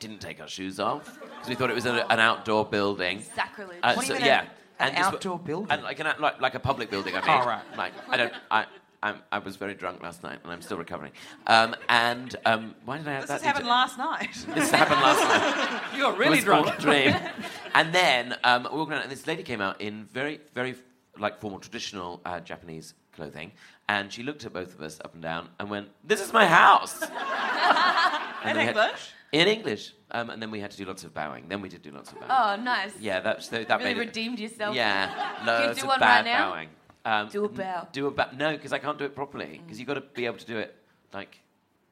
[SPEAKER 6] didn't take our shoes off, because we thought it was a, an outdoor building.
[SPEAKER 7] Sacrilege.
[SPEAKER 6] Uh,
[SPEAKER 7] What
[SPEAKER 4] do you
[SPEAKER 6] so-
[SPEAKER 4] mean
[SPEAKER 6] yeah.
[SPEAKER 4] an- an
[SPEAKER 6] this wa-
[SPEAKER 4] outdoor building?
[SPEAKER 6] And like, an, out- like, like a public building, I mean.
[SPEAKER 4] Oh, right.
[SPEAKER 6] Like, I don't, I, I'm, I was very drunk last night, and I'm still recovering. Um, and um, why did I have
[SPEAKER 5] This
[SPEAKER 6] that?
[SPEAKER 5] has happened
[SPEAKER 6] detail?
[SPEAKER 5] last night.
[SPEAKER 6] This happened last night.
[SPEAKER 3] You got
[SPEAKER 6] It
[SPEAKER 3] really
[SPEAKER 6] was
[SPEAKER 3] drunk.
[SPEAKER 6] all a dream. [laughs] and then um, we walked around, and this lady came out in very, very like formal, traditional uh, Japanese clothing, and she looked at both of us up and down and went, "This is my house."
[SPEAKER 5] In
[SPEAKER 6] then we had-
[SPEAKER 5] English?
[SPEAKER 6] in English, um, and then we had to do lots of bowing. Then we did do lots of bowing.
[SPEAKER 7] Oh, nice.
[SPEAKER 6] Yeah, that so that
[SPEAKER 7] Really
[SPEAKER 6] made it-
[SPEAKER 7] redeemed yourself.
[SPEAKER 6] Yeah, loads
[SPEAKER 7] do
[SPEAKER 6] of
[SPEAKER 7] one
[SPEAKER 6] bad
[SPEAKER 7] right now?
[SPEAKER 6] bowing. Um,
[SPEAKER 7] Do a
[SPEAKER 6] n-
[SPEAKER 7] bow. Mm.
[SPEAKER 6] Do a bow. No, because I can't do it properly. Because you've got to be able to do it like,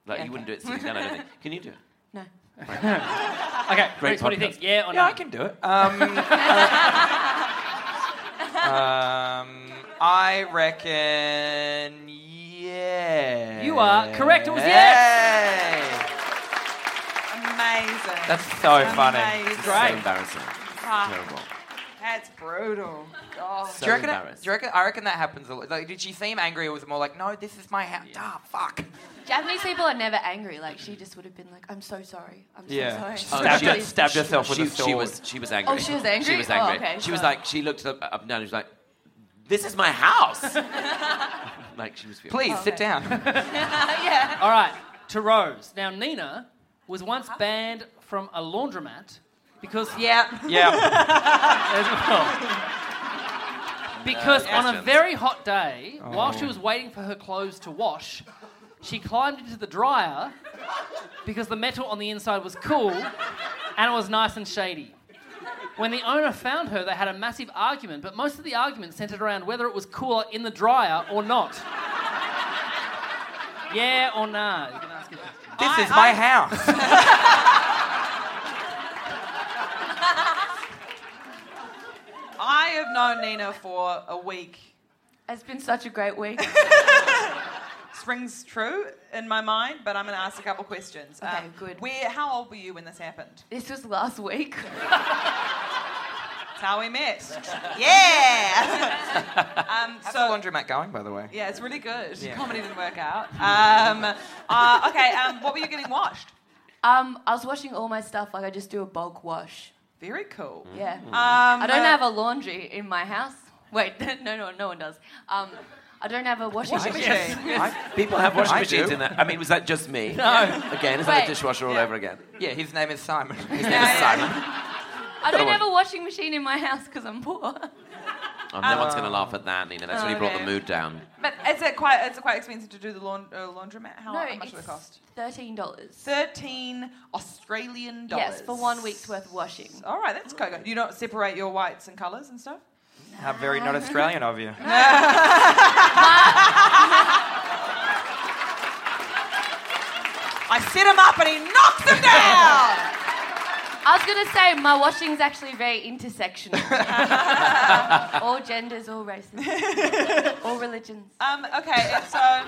[SPEAKER 6] like
[SPEAKER 7] Yeah,
[SPEAKER 6] you wouldn't do
[SPEAKER 7] okay.
[SPEAKER 6] it sitting down. I
[SPEAKER 7] [laughs]
[SPEAKER 6] don't think. Can you do it?
[SPEAKER 3] [laughs]
[SPEAKER 7] No.
[SPEAKER 3] Okay, Reece, what do you
[SPEAKER 6] podcast.
[SPEAKER 3] think? Yeah or no?
[SPEAKER 4] Yeah, I can do it.
[SPEAKER 6] Uh,
[SPEAKER 4] Um, um, I reckon, yeah.
[SPEAKER 3] You are correct. It was yes.
[SPEAKER 4] Yay.
[SPEAKER 5] Amazing.
[SPEAKER 4] That's so funny.
[SPEAKER 5] Amazing.
[SPEAKER 6] So embarrassing. Terrible.
[SPEAKER 5] That's brutal. God.
[SPEAKER 6] So
[SPEAKER 4] do you reckon? It,
[SPEAKER 6] embarrassed.
[SPEAKER 4] do you reckon? I reckon that happens a lot. Like, did she seem angry, or was it more like, "No, this is my house. Ah, fuck."
[SPEAKER 7] Japanese people are never angry. Like, she just would have been like, I'm so sorry. I'm so
[SPEAKER 4] Yeah.
[SPEAKER 7] sorry.
[SPEAKER 4] She
[SPEAKER 6] Oh,
[SPEAKER 5] Uh.
[SPEAKER 7] I'm
[SPEAKER 4] stabbed
[SPEAKER 7] so
[SPEAKER 4] her-
[SPEAKER 7] sorry."
[SPEAKER 4] stabbed herself with
[SPEAKER 6] she,
[SPEAKER 4] a sword.
[SPEAKER 6] She was, she was angry.
[SPEAKER 7] Oh, she was angry?
[SPEAKER 6] She was
[SPEAKER 7] Oh,
[SPEAKER 6] angry.
[SPEAKER 7] okay,
[SPEAKER 6] she was
[SPEAKER 7] sorry.
[SPEAKER 6] like, she looked up, up and down and she was like, this is my house.
[SPEAKER 7] [laughs]
[SPEAKER 6] like, she was feeling.
[SPEAKER 4] Please sit down.
[SPEAKER 7] [laughs] yeah.
[SPEAKER 3] All right, to Rose. Now, Nina was once banned from a laundromat because
[SPEAKER 5] Yeah.
[SPEAKER 4] yeah.
[SPEAKER 3] as well. [laughs] Because on a
[SPEAKER 6] questions.
[SPEAKER 3] very hot day, while she was waiting for her clothes to wash, she climbed into the dryer because the metal on the inside was cool and it was nice and shady. When the owner found her, they had a massive argument, but most of the argument centered around whether it was cooler in the dryer or not. Yeah or nah? You can ask it.
[SPEAKER 4] This is my
[SPEAKER 6] [laughs]
[SPEAKER 4] house.
[SPEAKER 5] I I have known Nina for a week.
[SPEAKER 7] It's been such a great
[SPEAKER 5] [laughs]
[SPEAKER 7] week.
[SPEAKER 5] Springs true in my mind, but I'm going to ask a couple questions. Um,
[SPEAKER 7] Okay, good.
[SPEAKER 5] Where? How old were you when this happened?
[SPEAKER 7] this was last week.
[SPEAKER 5] That's how we
[SPEAKER 7] [laughs]
[SPEAKER 5] met. yeah. um,
[SPEAKER 4] How's
[SPEAKER 5] so
[SPEAKER 4] the laundromat going, by the way?
[SPEAKER 5] yeah, it's really good.
[SPEAKER 4] Yeah.
[SPEAKER 5] Comedy didn't work out. Um, uh, okay. Um, what were you getting washed?
[SPEAKER 7] Um, I was washing all my stuff like I just do a bulk wash.
[SPEAKER 5] Very cool.
[SPEAKER 7] Yeah.
[SPEAKER 5] Um,
[SPEAKER 7] Mm. I don't
[SPEAKER 5] uh,
[SPEAKER 7] have a laundry in my house. Wait, [laughs] no, no, no one does. Um, I don't have a washing
[SPEAKER 5] Washing
[SPEAKER 7] machine.
[SPEAKER 5] machine.
[SPEAKER 4] I-
[SPEAKER 6] People have washing
[SPEAKER 4] I
[SPEAKER 6] machines
[SPEAKER 4] do.
[SPEAKER 6] in that. I mean, was that just me? No. Again, is that
[SPEAKER 7] Wait.
[SPEAKER 6] a dishwasher all over again?
[SPEAKER 4] yeah, his name is Simon.
[SPEAKER 6] His name is Simon.
[SPEAKER 7] [laughs] I don't have a washing machine in my house because I'm poor.
[SPEAKER 6] Oh, no one's going to laugh at that, Nina. That's really brought
[SPEAKER 5] okay.
[SPEAKER 6] the mood down.
[SPEAKER 5] But it's a quite it's a quite expensive to do the laun- uh, laundromat. How,
[SPEAKER 7] no,
[SPEAKER 5] how much
[SPEAKER 7] it's
[SPEAKER 5] would it cost?
[SPEAKER 7] thirteen dollars.
[SPEAKER 5] Thirteen Australian dollars.
[SPEAKER 7] Yes, for one week's worth of washing.
[SPEAKER 5] All right, that's quite good. You don't separate your whites and colours and stuff.
[SPEAKER 4] How very not Australian of you.
[SPEAKER 5] I set him up and he knocked him down.
[SPEAKER 7] I was gonna say my washing's actually very [laughs] intersectional. all genders, all races, all religions.
[SPEAKER 5] um, okay, and so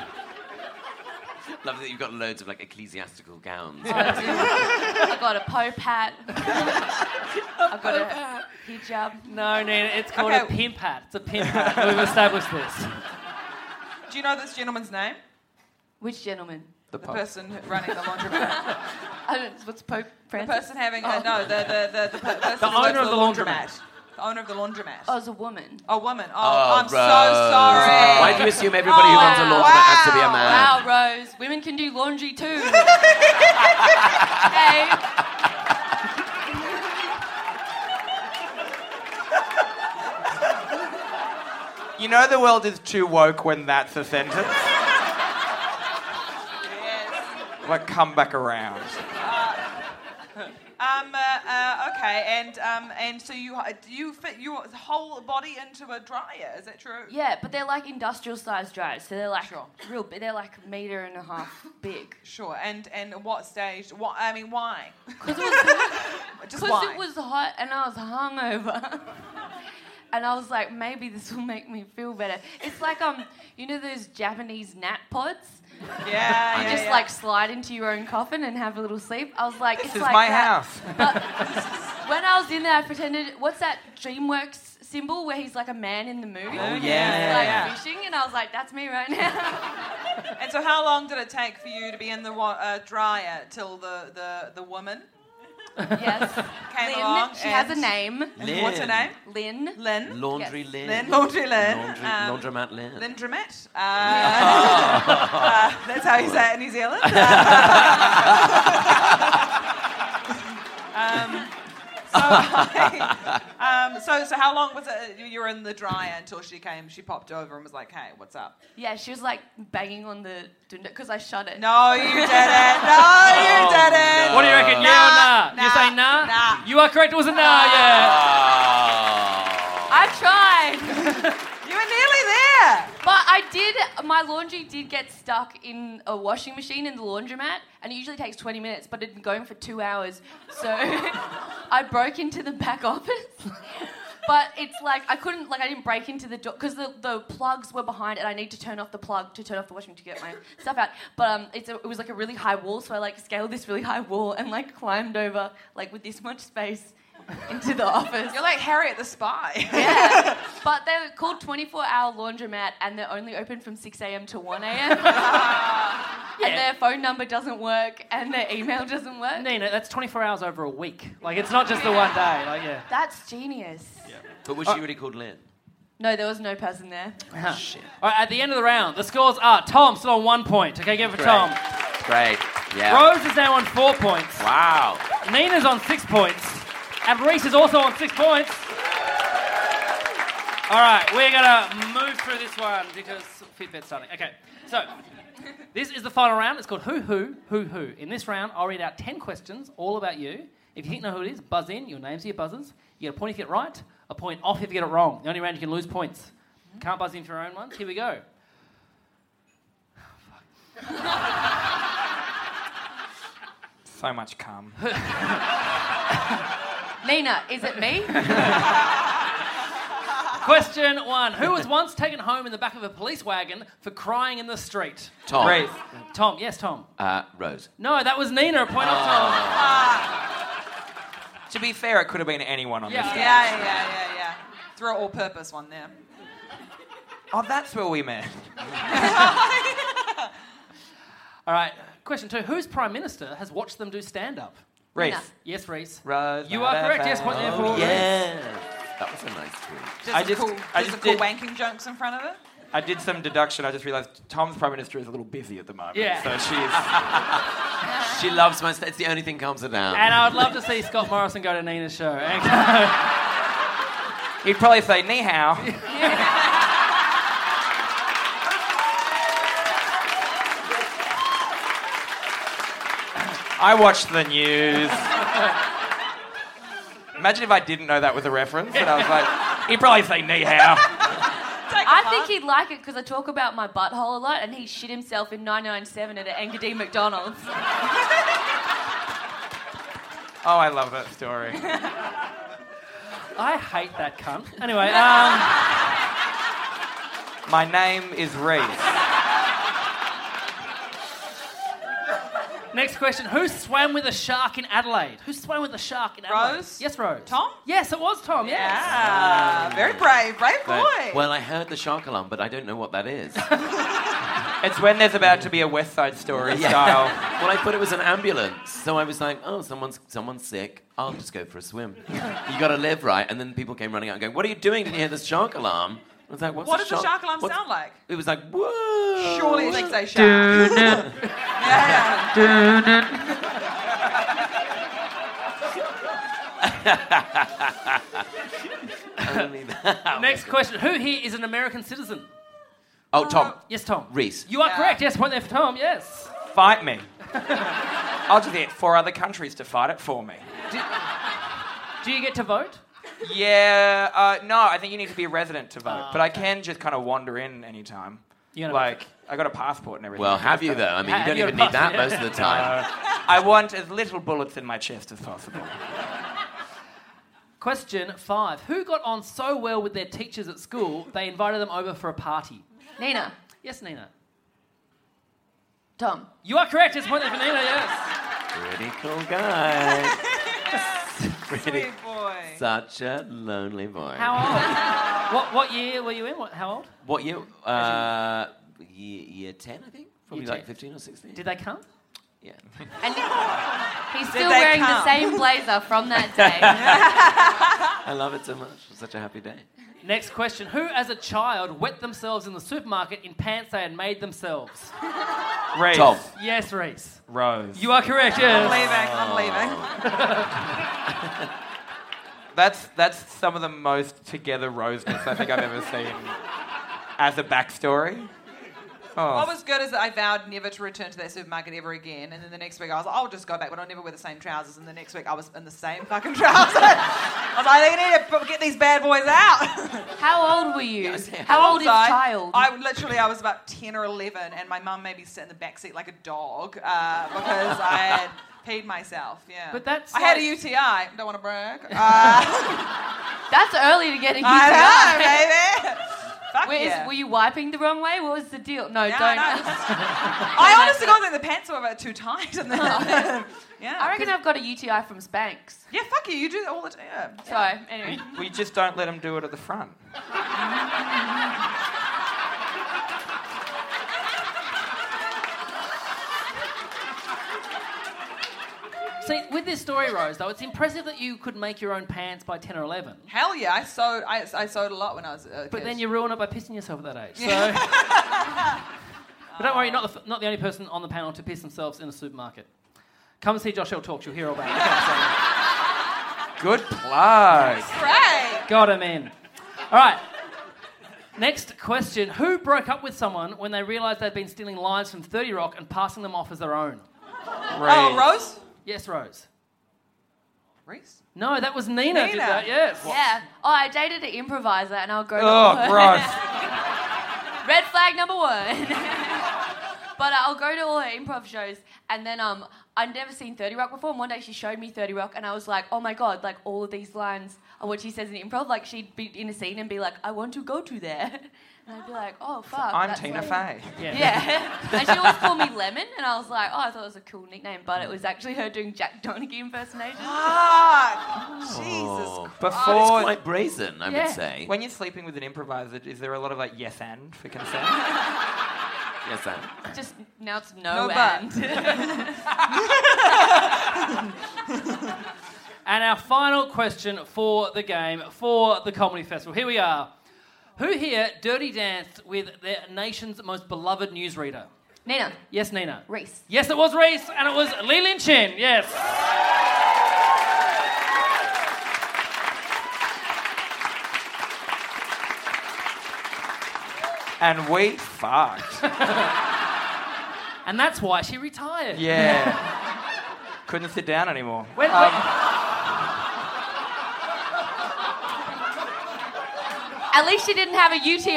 [SPEAKER 6] Love that you've got loads of like ecclesiastical gowns.
[SPEAKER 4] Oh,
[SPEAKER 7] I got a pope hat. I got a hijab.
[SPEAKER 3] No, Nina, it's called a
[SPEAKER 5] Okay.
[SPEAKER 3] pimp hat. It's a [laughs] pimp hat. We've established this.
[SPEAKER 5] do you know this gentleman's name?
[SPEAKER 7] Which gentleman?
[SPEAKER 4] The
[SPEAKER 5] The
[SPEAKER 4] pub.
[SPEAKER 5] person who- running the laundromat.
[SPEAKER 7] I don't, what's Pope
[SPEAKER 5] the
[SPEAKER 7] Francis?
[SPEAKER 5] person having uh, no, the the the, the, per- person
[SPEAKER 3] The
[SPEAKER 5] who works
[SPEAKER 3] owner of
[SPEAKER 5] at
[SPEAKER 3] the laundromat.
[SPEAKER 5] The owner of the laundromat.
[SPEAKER 7] Oh, as a woman.
[SPEAKER 5] A woman. Oh,
[SPEAKER 6] Oh,
[SPEAKER 5] I'm so
[SPEAKER 6] Rose.
[SPEAKER 5] sorry.
[SPEAKER 6] Why do you assume everybody who runs a
[SPEAKER 7] wow.
[SPEAKER 6] laundromat has to be a man?
[SPEAKER 7] Wow, Rose, women can do laundry [laughs] too. hey,
[SPEAKER 4] You know the world is too woke when that's a sentence. Like, come back around.
[SPEAKER 5] Um, uh, uh, okay, and um, and so you do you fit your whole body into a dryer? Is that true?
[SPEAKER 7] yeah, but they're like industrial sized dryers, so they're like
[SPEAKER 5] Sure.
[SPEAKER 7] real big. They're like a meter and a half [laughs] big.
[SPEAKER 5] Sure. And and at what stage? What I mean, why? [laughs]
[SPEAKER 7] Because it, was-
[SPEAKER 5] Just
[SPEAKER 7] 'cause
[SPEAKER 5] why?
[SPEAKER 7] it was hot and I was hungover. [laughs] And I was like, maybe this will make me feel better. It's like um, you know those Japanese nap pods.
[SPEAKER 5] yeah, yeah,
[SPEAKER 7] You [laughs] just
[SPEAKER 5] yeah.
[SPEAKER 7] like slide into your own coffin and have a little sleep. I was like, it's
[SPEAKER 4] This is
[SPEAKER 7] like
[SPEAKER 4] my
[SPEAKER 7] that.
[SPEAKER 4] house.
[SPEAKER 7] But when I was in there, I pretended. What's that DreamWorks symbol where he's like a man in the moon? Oh yeah,
[SPEAKER 5] yeah.
[SPEAKER 7] like fishing, and I was like, that's me right now.
[SPEAKER 5] And so, how long did it take for you to be in the wa- uh, dryer till the the the woman
[SPEAKER 7] yes,
[SPEAKER 5] came
[SPEAKER 7] Lynn.
[SPEAKER 5] along?
[SPEAKER 7] she has a
[SPEAKER 5] and-
[SPEAKER 7] name.
[SPEAKER 5] and What's her name?
[SPEAKER 7] Lynn.
[SPEAKER 5] Lynn.
[SPEAKER 6] Laundry
[SPEAKER 7] Yes.
[SPEAKER 6] Lynn.
[SPEAKER 5] Lynn. Laundry Lynn.
[SPEAKER 6] Laundry,
[SPEAKER 5] um,
[SPEAKER 6] laundromat Lynn.
[SPEAKER 5] Lindromat.
[SPEAKER 7] [laughs]
[SPEAKER 5] Uh, uh, that's how you say it in New
[SPEAKER 7] [laughs]
[SPEAKER 5] Zealand. Um, so, I- um, so, [laughs] so how long was it? You were in the dryer until she came. She popped over and was like, "Hey, what's up?"
[SPEAKER 7] Yeah, she was like banging on the window because I shut it.
[SPEAKER 5] No, you did it. No, you did it.
[SPEAKER 3] What do you reckon? yeah or nah?
[SPEAKER 5] Nah,
[SPEAKER 3] you say
[SPEAKER 5] nah,
[SPEAKER 3] nah?
[SPEAKER 5] nah.
[SPEAKER 3] You are correct. It was a nah, yeah.
[SPEAKER 6] Oh.
[SPEAKER 7] I tried,
[SPEAKER 5] You were nearly there.
[SPEAKER 7] but I did. My laundry did get stuck in a washing machine in the laundromat, and it usually takes 20 minutes, but it'd been going for two hours. So [laughs] I broke into the back [laughs] office. But it's like I couldn't, like I didn't break into the door because the, the plugs were behind, and I need to turn off the plug to turn off the washing to get my stuff out. But um, it's a, it was like a really high wall, so I like scaled this really high wall and like climbed over like with this much space into the [laughs] office.
[SPEAKER 5] You're like Harriet the Spy.
[SPEAKER 7] Yeah. but they're called 24 hour laundromat and they're only open from 6 a.m. to 1
[SPEAKER 5] [laughs]
[SPEAKER 7] a.m. And their phone number doesn't work and their email doesn't work.
[SPEAKER 3] Nina, that's 24 hours over a week. Like, it's not just the one day. Like, yeah.
[SPEAKER 7] That's genius.
[SPEAKER 6] But was she really called Lynn?
[SPEAKER 7] No, there was no person there.
[SPEAKER 6] Shit.
[SPEAKER 3] All right, at the end of the round, the scores are Tom still on one point. Okay, give it for Tom.
[SPEAKER 6] Great. Yeah.
[SPEAKER 3] Rose is now on four points.
[SPEAKER 6] Wow.
[SPEAKER 3] Nina's on six points. And Reese is also on six points. All right, we're going to move through this one because Fitbit's starting. Okay, so this is the final round. It's called Who, Who, Who, Who. In this round, I'll read out 10 questions all about you. If you think you know who it is, buzz in. Your names are your buzzers. You get a point if you get it right, a point off if you get it wrong. The only round you can lose points. Can't buzz in for your own ones. Here we go.
[SPEAKER 4] So much cum.
[SPEAKER 5] [laughs]
[SPEAKER 7] Nina, is it me?
[SPEAKER 3] Question one Who was once taken home in the back of a police wagon for crying in the street?
[SPEAKER 6] Tom.
[SPEAKER 4] Great.
[SPEAKER 3] Tom, yes, Tom.
[SPEAKER 6] Uh, Rose.
[SPEAKER 3] No, that was Nina, a point off Tom.
[SPEAKER 4] To be fair, it could have been anyone on
[SPEAKER 3] Yeah.
[SPEAKER 4] this.
[SPEAKER 5] Yeah, yeah, yeah, yeah. Throw all purpose one there.
[SPEAKER 4] Oh, that's where we met.
[SPEAKER 3] All right, question two Whose Prime Minister has watched them do stand up?
[SPEAKER 4] Reese.
[SPEAKER 3] Yes, Reese.
[SPEAKER 6] Uh,
[SPEAKER 4] Rose.
[SPEAKER 3] You are correct, yes, point there for Reese.
[SPEAKER 6] Oh, That was a nice tweet.
[SPEAKER 5] Just
[SPEAKER 4] I
[SPEAKER 5] some
[SPEAKER 4] just-
[SPEAKER 5] cool,
[SPEAKER 4] I
[SPEAKER 5] just some
[SPEAKER 4] just
[SPEAKER 5] cool
[SPEAKER 4] did-
[SPEAKER 5] wanking jokes in front of it.
[SPEAKER 4] I did some deduction. I just realised Tom's prime minister is a little busy at the moment.
[SPEAKER 3] Yeah.
[SPEAKER 4] So she's.
[SPEAKER 5] Ah.
[SPEAKER 6] She loves my. St- it's the only thing calms her down.
[SPEAKER 3] And I would love to see Scott Morrison go to Nina's show.
[SPEAKER 4] He'd probably say ni hao. I watched the news. Imagine if I didn't know that was a reference, and I was like, he'd probably say ni hao.
[SPEAKER 7] I think he'd like it because I talk about my butthole a lot, and he shit himself in 997 at an Engadine McDonald's.
[SPEAKER 4] Oh, I love that story.
[SPEAKER 3] I hate that cunt. Anyway, um,
[SPEAKER 4] My name is Reese.
[SPEAKER 3] next question. Who swam with a shark in Adelaide? Who swam with a shark in Adelaide?
[SPEAKER 5] Rose?
[SPEAKER 3] Yes, Rose.
[SPEAKER 5] Tom?
[SPEAKER 3] Yes, it was Tom, yes.
[SPEAKER 5] Yeah. Very brave, brave
[SPEAKER 6] No.
[SPEAKER 5] boy.
[SPEAKER 6] Well, I heard the shark alarm, but I don't know what
[SPEAKER 5] [laughs]
[SPEAKER 6] that is.
[SPEAKER 4] It's when there's about to be a West Side Story style.
[SPEAKER 6] well, I thought it was an ambulance, so I was like, "Oh, someone's someone's sick. I'll just go for a swim." you got to live right. And then people came running out and going, "What are you doing? Didn't you hear the shark alarm?" I was like, What's
[SPEAKER 5] what
[SPEAKER 6] a
[SPEAKER 5] does the shark alarm
[SPEAKER 6] what's-"
[SPEAKER 5] sound like?
[SPEAKER 6] It was like, "Whoa!"
[SPEAKER 5] Surely it's a shark. yeah.
[SPEAKER 6] Only that.
[SPEAKER 3] Next question. Who here is an American citizen?
[SPEAKER 6] Oh, Tom.
[SPEAKER 3] Yes, Tom.
[SPEAKER 6] Reese.
[SPEAKER 3] You are
[SPEAKER 5] Yeah.
[SPEAKER 3] correct. Yes, point there for Tom. Yes.
[SPEAKER 4] Fight me. I'll just get four other countries to fight it for me.
[SPEAKER 3] Do you get to vote?
[SPEAKER 4] Yeah, uh, no, I think you need to be a resident to vote.
[SPEAKER 6] Ah,
[SPEAKER 4] but I can just kind of wander in anytime.
[SPEAKER 3] gonna-
[SPEAKER 4] like, I got a passport and everything.
[SPEAKER 6] Well, have you though? I mean, you
[SPEAKER 3] Have
[SPEAKER 6] don't
[SPEAKER 3] you
[SPEAKER 6] even
[SPEAKER 3] a
[SPEAKER 6] need that
[SPEAKER 3] passport?
[SPEAKER 6] most of the time.
[SPEAKER 4] I want as little bullets in my chest as possible.
[SPEAKER 3] Question five. Who got on so well with their teachers at school they invited them over for a party?
[SPEAKER 7] Nina,
[SPEAKER 3] Yes, Nina.
[SPEAKER 7] Tom,
[SPEAKER 3] You are correct. Yes, point there for Nina. Yes.
[SPEAKER 6] Pretty cool
[SPEAKER 5] [laughs]
[SPEAKER 6] guy. Pretty,
[SPEAKER 5] Brave boy.
[SPEAKER 6] such a lonely boy.
[SPEAKER 3] How old? what, what year were you in? What, how old?
[SPEAKER 6] What year? Uh, year, year 10, I think. Probably
[SPEAKER 3] Year
[SPEAKER 6] like
[SPEAKER 3] 10.
[SPEAKER 6] 15 or 16.
[SPEAKER 3] Did they come?
[SPEAKER 6] yeah. [laughs]
[SPEAKER 7] and he's still
[SPEAKER 5] they
[SPEAKER 7] wearing
[SPEAKER 5] come?
[SPEAKER 7] the same blazer from that
[SPEAKER 5] [laughs]
[SPEAKER 7] day.
[SPEAKER 6] I love it so much. It's such a happy day.
[SPEAKER 3] Next question. Who, as a child, wet themselves in the supermarket in pants they had made themselves?
[SPEAKER 4] Reese.
[SPEAKER 6] Tom.
[SPEAKER 3] Yes, Reese.
[SPEAKER 4] Rose.
[SPEAKER 3] You are correct. Yes.
[SPEAKER 5] leaving. I'm leaving.
[SPEAKER 4] That's, that's some of the most together roseness I think I've ever seen as a backstory.
[SPEAKER 5] What was good is that I vowed never to return to that supermarket ever again. And then the next week I was like, I'll just go back, but I'll never wear the same trousers. And the next week I was in the same fucking [laughs] trousers. I was like, they need to p- get these bad boys out. [laughs]
[SPEAKER 7] How old were you? How
[SPEAKER 5] How
[SPEAKER 7] old is
[SPEAKER 5] I?
[SPEAKER 7] child?
[SPEAKER 5] I literally, I was about 10 or 11, and my mum made me sit in the back seat like a dog uh, because I had peed myself. Yeah.
[SPEAKER 3] But that's
[SPEAKER 5] I had a
[SPEAKER 3] like-
[SPEAKER 5] UTI. Don't want to brag. Uh,
[SPEAKER 7] That's early to get a UTI.
[SPEAKER 5] I know, baby. Fuck
[SPEAKER 7] Where is-
[SPEAKER 5] yeah.
[SPEAKER 7] were you wiping the wrong way? What was the deal? No,
[SPEAKER 5] No,
[SPEAKER 7] [laughs] don't.
[SPEAKER 5] no, just-
[SPEAKER 7] [laughs]
[SPEAKER 5] I honestly don't think the pants were about too tight. And then, yeah.
[SPEAKER 7] I reckon I've got a UTI from Spanx.
[SPEAKER 5] Yeah, fuck you. You do that all the time. Yeah.
[SPEAKER 7] So anyway,
[SPEAKER 4] We just don't let them do it at the front.
[SPEAKER 3] See, with this story, Rose, though, it's impressive that you could make your own pants by 10 or 11.
[SPEAKER 5] Hell yeah. I sewed, I, I sewed a lot when I was a
[SPEAKER 3] But
[SPEAKER 5] kid.
[SPEAKER 3] then you ruin it by pissing yourself at that age. So. [laughs] but don't worry, you're not the, f- not the only person on the panel to piss themselves in a supermarket. Come and see Josh L. Talks, you'll hear all about it. Okay,
[SPEAKER 4] Good plug.
[SPEAKER 5] Great. [laughs]
[SPEAKER 3] so, got him in. All right. Next question Who broke up with someone when they realised they'd been stealing lines from 30 Rock and passing them off as their own?
[SPEAKER 5] Oh, Rose?
[SPEAKER 3] Yes, Rose.
[SPEAKER 5] Reese?
[SPEAKER 3] No, that was Nina, did
[SPEAKER 5] Nina.
[SPEAKER 3] that, yes.
[SPEAKER 7] yeah. Oh, I dated an improviser, and I'll go. to all
[SPEAKER 4] Oh,
[SPEAKER 7] her-
[SPEAKER 4] gross.
[SPEAKER 7] [laughs] Red [laughs] uh, flag number one. but I'll go to all her improv shows, and then um, I'd never seen 30 Rock before. And one day she showed me 30 Rock, and I was like, oh my god, like all of these lines are what she says in improv. Like she'd be in a scene and be like, I want to go to there. [laughs] And I'd be like, oh fuck.
[SPEAKER 4] I'm
[SPEAKER 7] that's
[SPEAKER 4] Tina
[SPEAKER 7] where-
[SPEAKER 4] Fey.
[SPEAKER 7] Yeah. [laughs] and she always called me Lemon, and I was like, oh, I thought it was a cool nickname, but it was actually her doing Jack Donaghy
[SPEAKER 5] [gasps]
[SPEAKER 7] impersonation.
[SPEAKER 6] Oh.
[SPEAKER 5] Fuck. Jesus Christ.
[SPEAKER 4] Before,
[SPEAKER 6] Quite brazen, I
[SPEAKER 7] Yeah.
[SPEAKER 6] would say.
[SPEAKER 4] when you're sleeping with an improviser, is there a lot of like yes and for consent?
[SPEAKER 6] Yes, Sam.
[SPEAKER 7] Just now it's no,
[SPEAKER 5] No, but-
[SPEAKER 7] and.
[SPEAKER 3] And our final question for the game, for the comedy festival. Here we are. Who here dirty danced with their nation's most beloved newsreader?
[SPEAKER 7] [laughs] Nina,
[SPEAKER 3] Yes, Nina.
[SPEAKER 7] Reese.
[SPEAKER 3] Yes, it was Reese, and it was Lee Lin Chin. Yes.
[SPEAKER 4] and we fucked.
[SPEAKER 3] And that's why she retired.
[SPEAKER 4] Yeah. [laughs] Couldn't sit down anymore.
[SPEAKER 3] When- when-
[SPEAKER 7] At least she didn't have a UTI.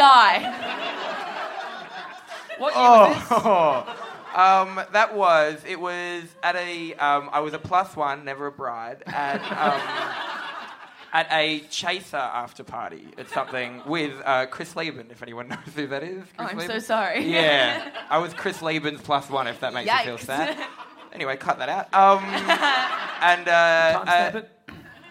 [SPEAKER 3] what year was this?
[SPEAKER 4] Oh. [laughs] Um, that was. It was at a. Um, I was a plus one, never a bride, at
[SPEAKER 7] [laughs]
[SPEAKER 4] um, at a chaser after party at something with uh, Chris Lieben, if anyone [laughs] knows who that is.
[SPEAKER 7] Oh,
[SPEAKER 4] Chris
[SPEAKER 7] I'm so
[SPEAKER 4] Lieben?
[SPEAKER 7] sorry. [laughs]
[SPEAKER 4] Yeah, I was Chris Lieben's plus one, if that makes you feel
[SPEAKER 7] Yikes. [laughs]
[SPEAKER 4] sad. Anyway, cut that out. Um, and uh,
[SPEAKER 3] Timestamp
[SPEAKER 4] uh,
[SPEAKER 3] it.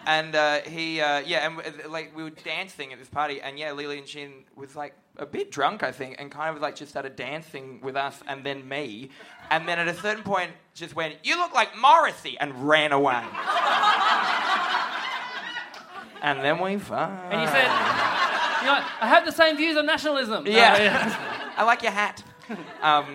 [SPEAKER 4] and uh, he, uh, yeah, and uh, like we were dancing at this party, and yeah, Lily and Shin was like a bit drunk, I think, and kind of like just started dancing with us and then me, and then at a certain point just went, "You look like Morrissey," and ran away. and then we fucked.
[SPEAKER 3] And you said, you know, I have the same views on nationalism. Oh, No,
[SPEAKER 4] Yeah. I like your hat. Um,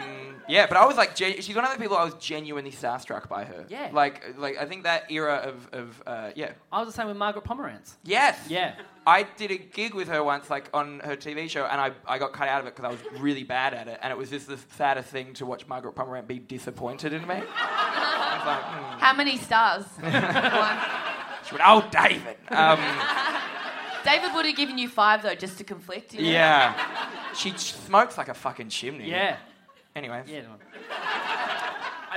[SPEAKER 4] yeah, but I was like, gen- she's one of the people I was genuinely starstruck by her.
[SPEAKER 3] Yeah.
[SPEAKER 4] Like, like I think that era of, of uh, yeah.
[SPEAKER 3] I was the same with Margaret Pomerantz.
[SPEAKER 4] Yes.
[SPEAKER 3] Yeah.
[SPEAKER 4] I did a gig with her once, like on her TV show, and I, I got cut out of it because I was really bad at it, and it was just the saddest thing to watch Margaret Pomerant be disappointed in me. I was like, hmm.
[SPEAKER 7] How many
[SPEAKER 4] [laughs]
[SPEAKER 7] stars? One.
[SPEAKER 4] She went, "Oh,
[SPEAKER 3] [laughs]
[SPEAKER 4] David." Um,
[SPEAKER 7] David would have given you five though, just to conflict. You know?
[SPEAKER 4] yeah. She ch- smokes like a fucking chimney.
[SPEAKER 3] Yeah.
[SPEAKER 4] Anyway.
[SPEAKER 3] Yeah. no.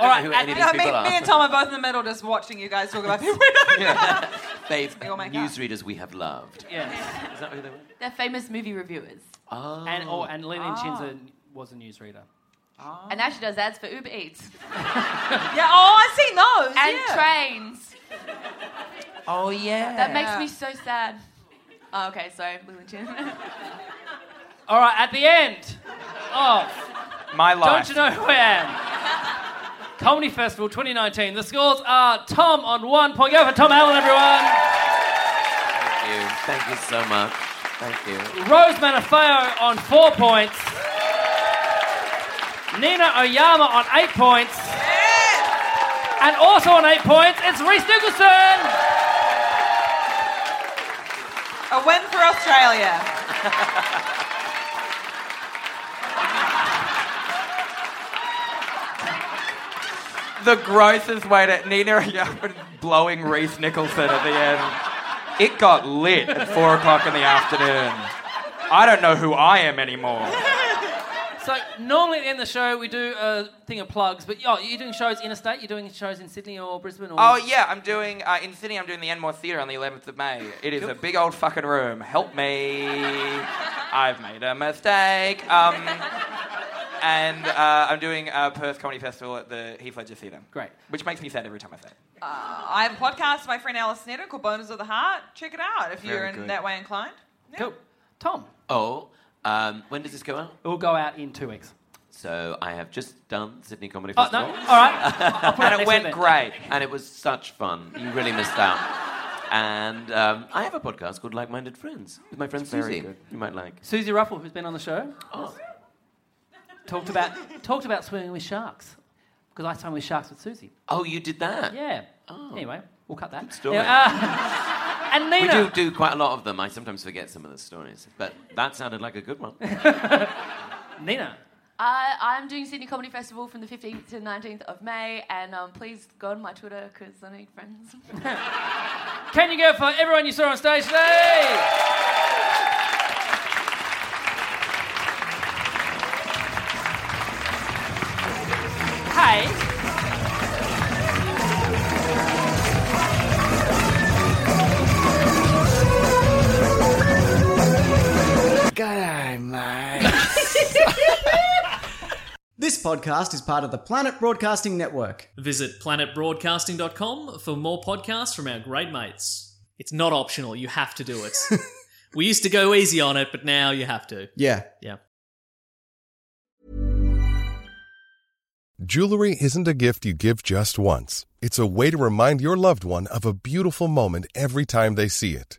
[SPEAKER 6] I don't know who any
[SPEAKER 5] And,
[SPEAKER 6] of these
[SPEAKER 5] uh, me,
[SPEAKER 6] people
[SPEAKER 5] me
[SPEAKER 6] are.
[SPEAKER 5] and Tom are both in the middle just watching you guys talk
[SPEAKER 6] [laughs]
[SPEAKER 5] about people we don't know.
[SPEAKER 6] They've
[SPEAKER 5] Oh my God.
[SPEAKER 6] newsreaders we have loved.
[SPEAKER 3] Yeah.
[SPEAKER 6] Is that who they were?
[SPEAKER 7] They're famous movie reviewers,
[SPEAKER 6] Oh.
[SPEAKER 3] And, oh, and Lee Lin
[SPEAKER 4] Ah.
[SPEAKER 3] Chin's a, was a newsreader.
[SPEAKER 7] and now she does ads for Uber Eats
[SPEAKER 5] Yeah, oh, I've seen those.
[SPEAKER 7] and
[SPEAKER 5] yeah.
[SPEAKER 7] trains.
[SPEAKER 4] Oh yeah.
[SPEAKER 7] That
[SPEAKER 5] Yeah.
[SPEAKER 7] makes me so sad. Oh, okay, sorry, Lily Chin. [laughs]
[SPEAKER 3] All right, at the end. Oh.
[SPEAKER 4] My life.
[SPEAKER 3] Don't you know who I am? Comedy Festival 2019. The scores are Tom on one point. Go for Tom Allen, everyone.
[SPEAKER 6] Thank you. Thank you so much. Thank you.
[SPEAKER 3] Rose Manafeo on four points. Nina Oyama on eight points. And also on eight points, it's Reese Nicholson.
[SPEAKER 5] A win for Australia.
[SPEAKER 4] the grossest way to Nina Young blowing Reese Nicholson at the end. It got lit at four o'clock in the afternoon. I don't know who I am anymore.
[SPEAKER 3] So normally at the end of the show we do a thing of plugs, but oh, you're doing shows interstate. You're doing shows in Sydney or Brisbane or
[SPEAKER 4] Oh yeah, I'm doing uh, in Sydney. I'm doing the Enmore Theatre on the 11th of May. It is a big old fucking room. Help me, I've made a mistake. Um, and uh, I'm doing a Perth Comedy Festival at the Heath Ledger Theatre.
[SPEAKER 3] Great.
[SPEAKER 4] Which makes me sad every time I say it.
[SPEAKER 5] I have a podcast with my friend Alice Sneddon called Boners of the Heart. Check it out if you're
[SPEAKER 4] Very
[SPEAKER 5] in
[SPEAKER 4] good.
[SPEAKER 5] that way inclined.
[SPEAKER 3] Cool. Tom.
[SPEAKER 6] Oh, um, when does this go out?
[SPEAKER 3] It will go out in two weeks.
[SPEAKER 6] So I have just done Sydney Comedy
[SPEAKER 3] Oh no!
[SPEAKER 6] Festival.
[SPEAKER 3] All right. I'll put
[SPEAKER 4] [laughs] And
[SPEAKER 3] next
[SPEAKER 4] it went
[SPEAKER 3] event.
[SPEAKER 4] great.
[SPEAKER 6] and it was such fun. You really missed out. And um, I have a podcast called Like Minded Friends with my friend Susie. You might like.
[SPEAKER 3] Susie Ruffle, who's been on the show,
[SPEAKER 6] Oh,
[SPEAKER 3] talked about talked about swimming with sharks because I swam with sharks with Susie.
[SPEAKER 6] oh you did that?
[SPEAKER 3] Yeah.
[SPEAKER 6] Oh.
[SPEAKER 3] Anyway, we'll cut that.
[SPEAKER 6] story.
[SPEAKER 3] uh, [laughs] and
[SPEAKER 6] We
[SPEAKER 3] Nina.
[SPEAKER 6] do do quite a lot of them. I sometimes forget some of the stories, but that sounded like a good one.
[SPEAKER 3] Nina.
[SPEAKER 7] I, I'm doing Sydney Comedy Festival from the 15th to 19th of May, and um, please go on my Twitter because I need friends.
[SPEAKER 3] Can you go for everyone you saw on stage today? Hey.
[SPEAKER 1] podcast is part of the Planet Broadcasting Network.
[SPEAKER 2] Visit planetbroadcasting.com for more podcasts from our great mates. It's not optional, you have to do it. we used to go easy on it, but now you have to.
[SPEAKER 1] Yeah.
[SPEAKER 2] Yeah.
[SPEAKER 4] Jewelry isn't a gift you give just once. It's a way to remind your loved one of a beautiful moment every time they see it.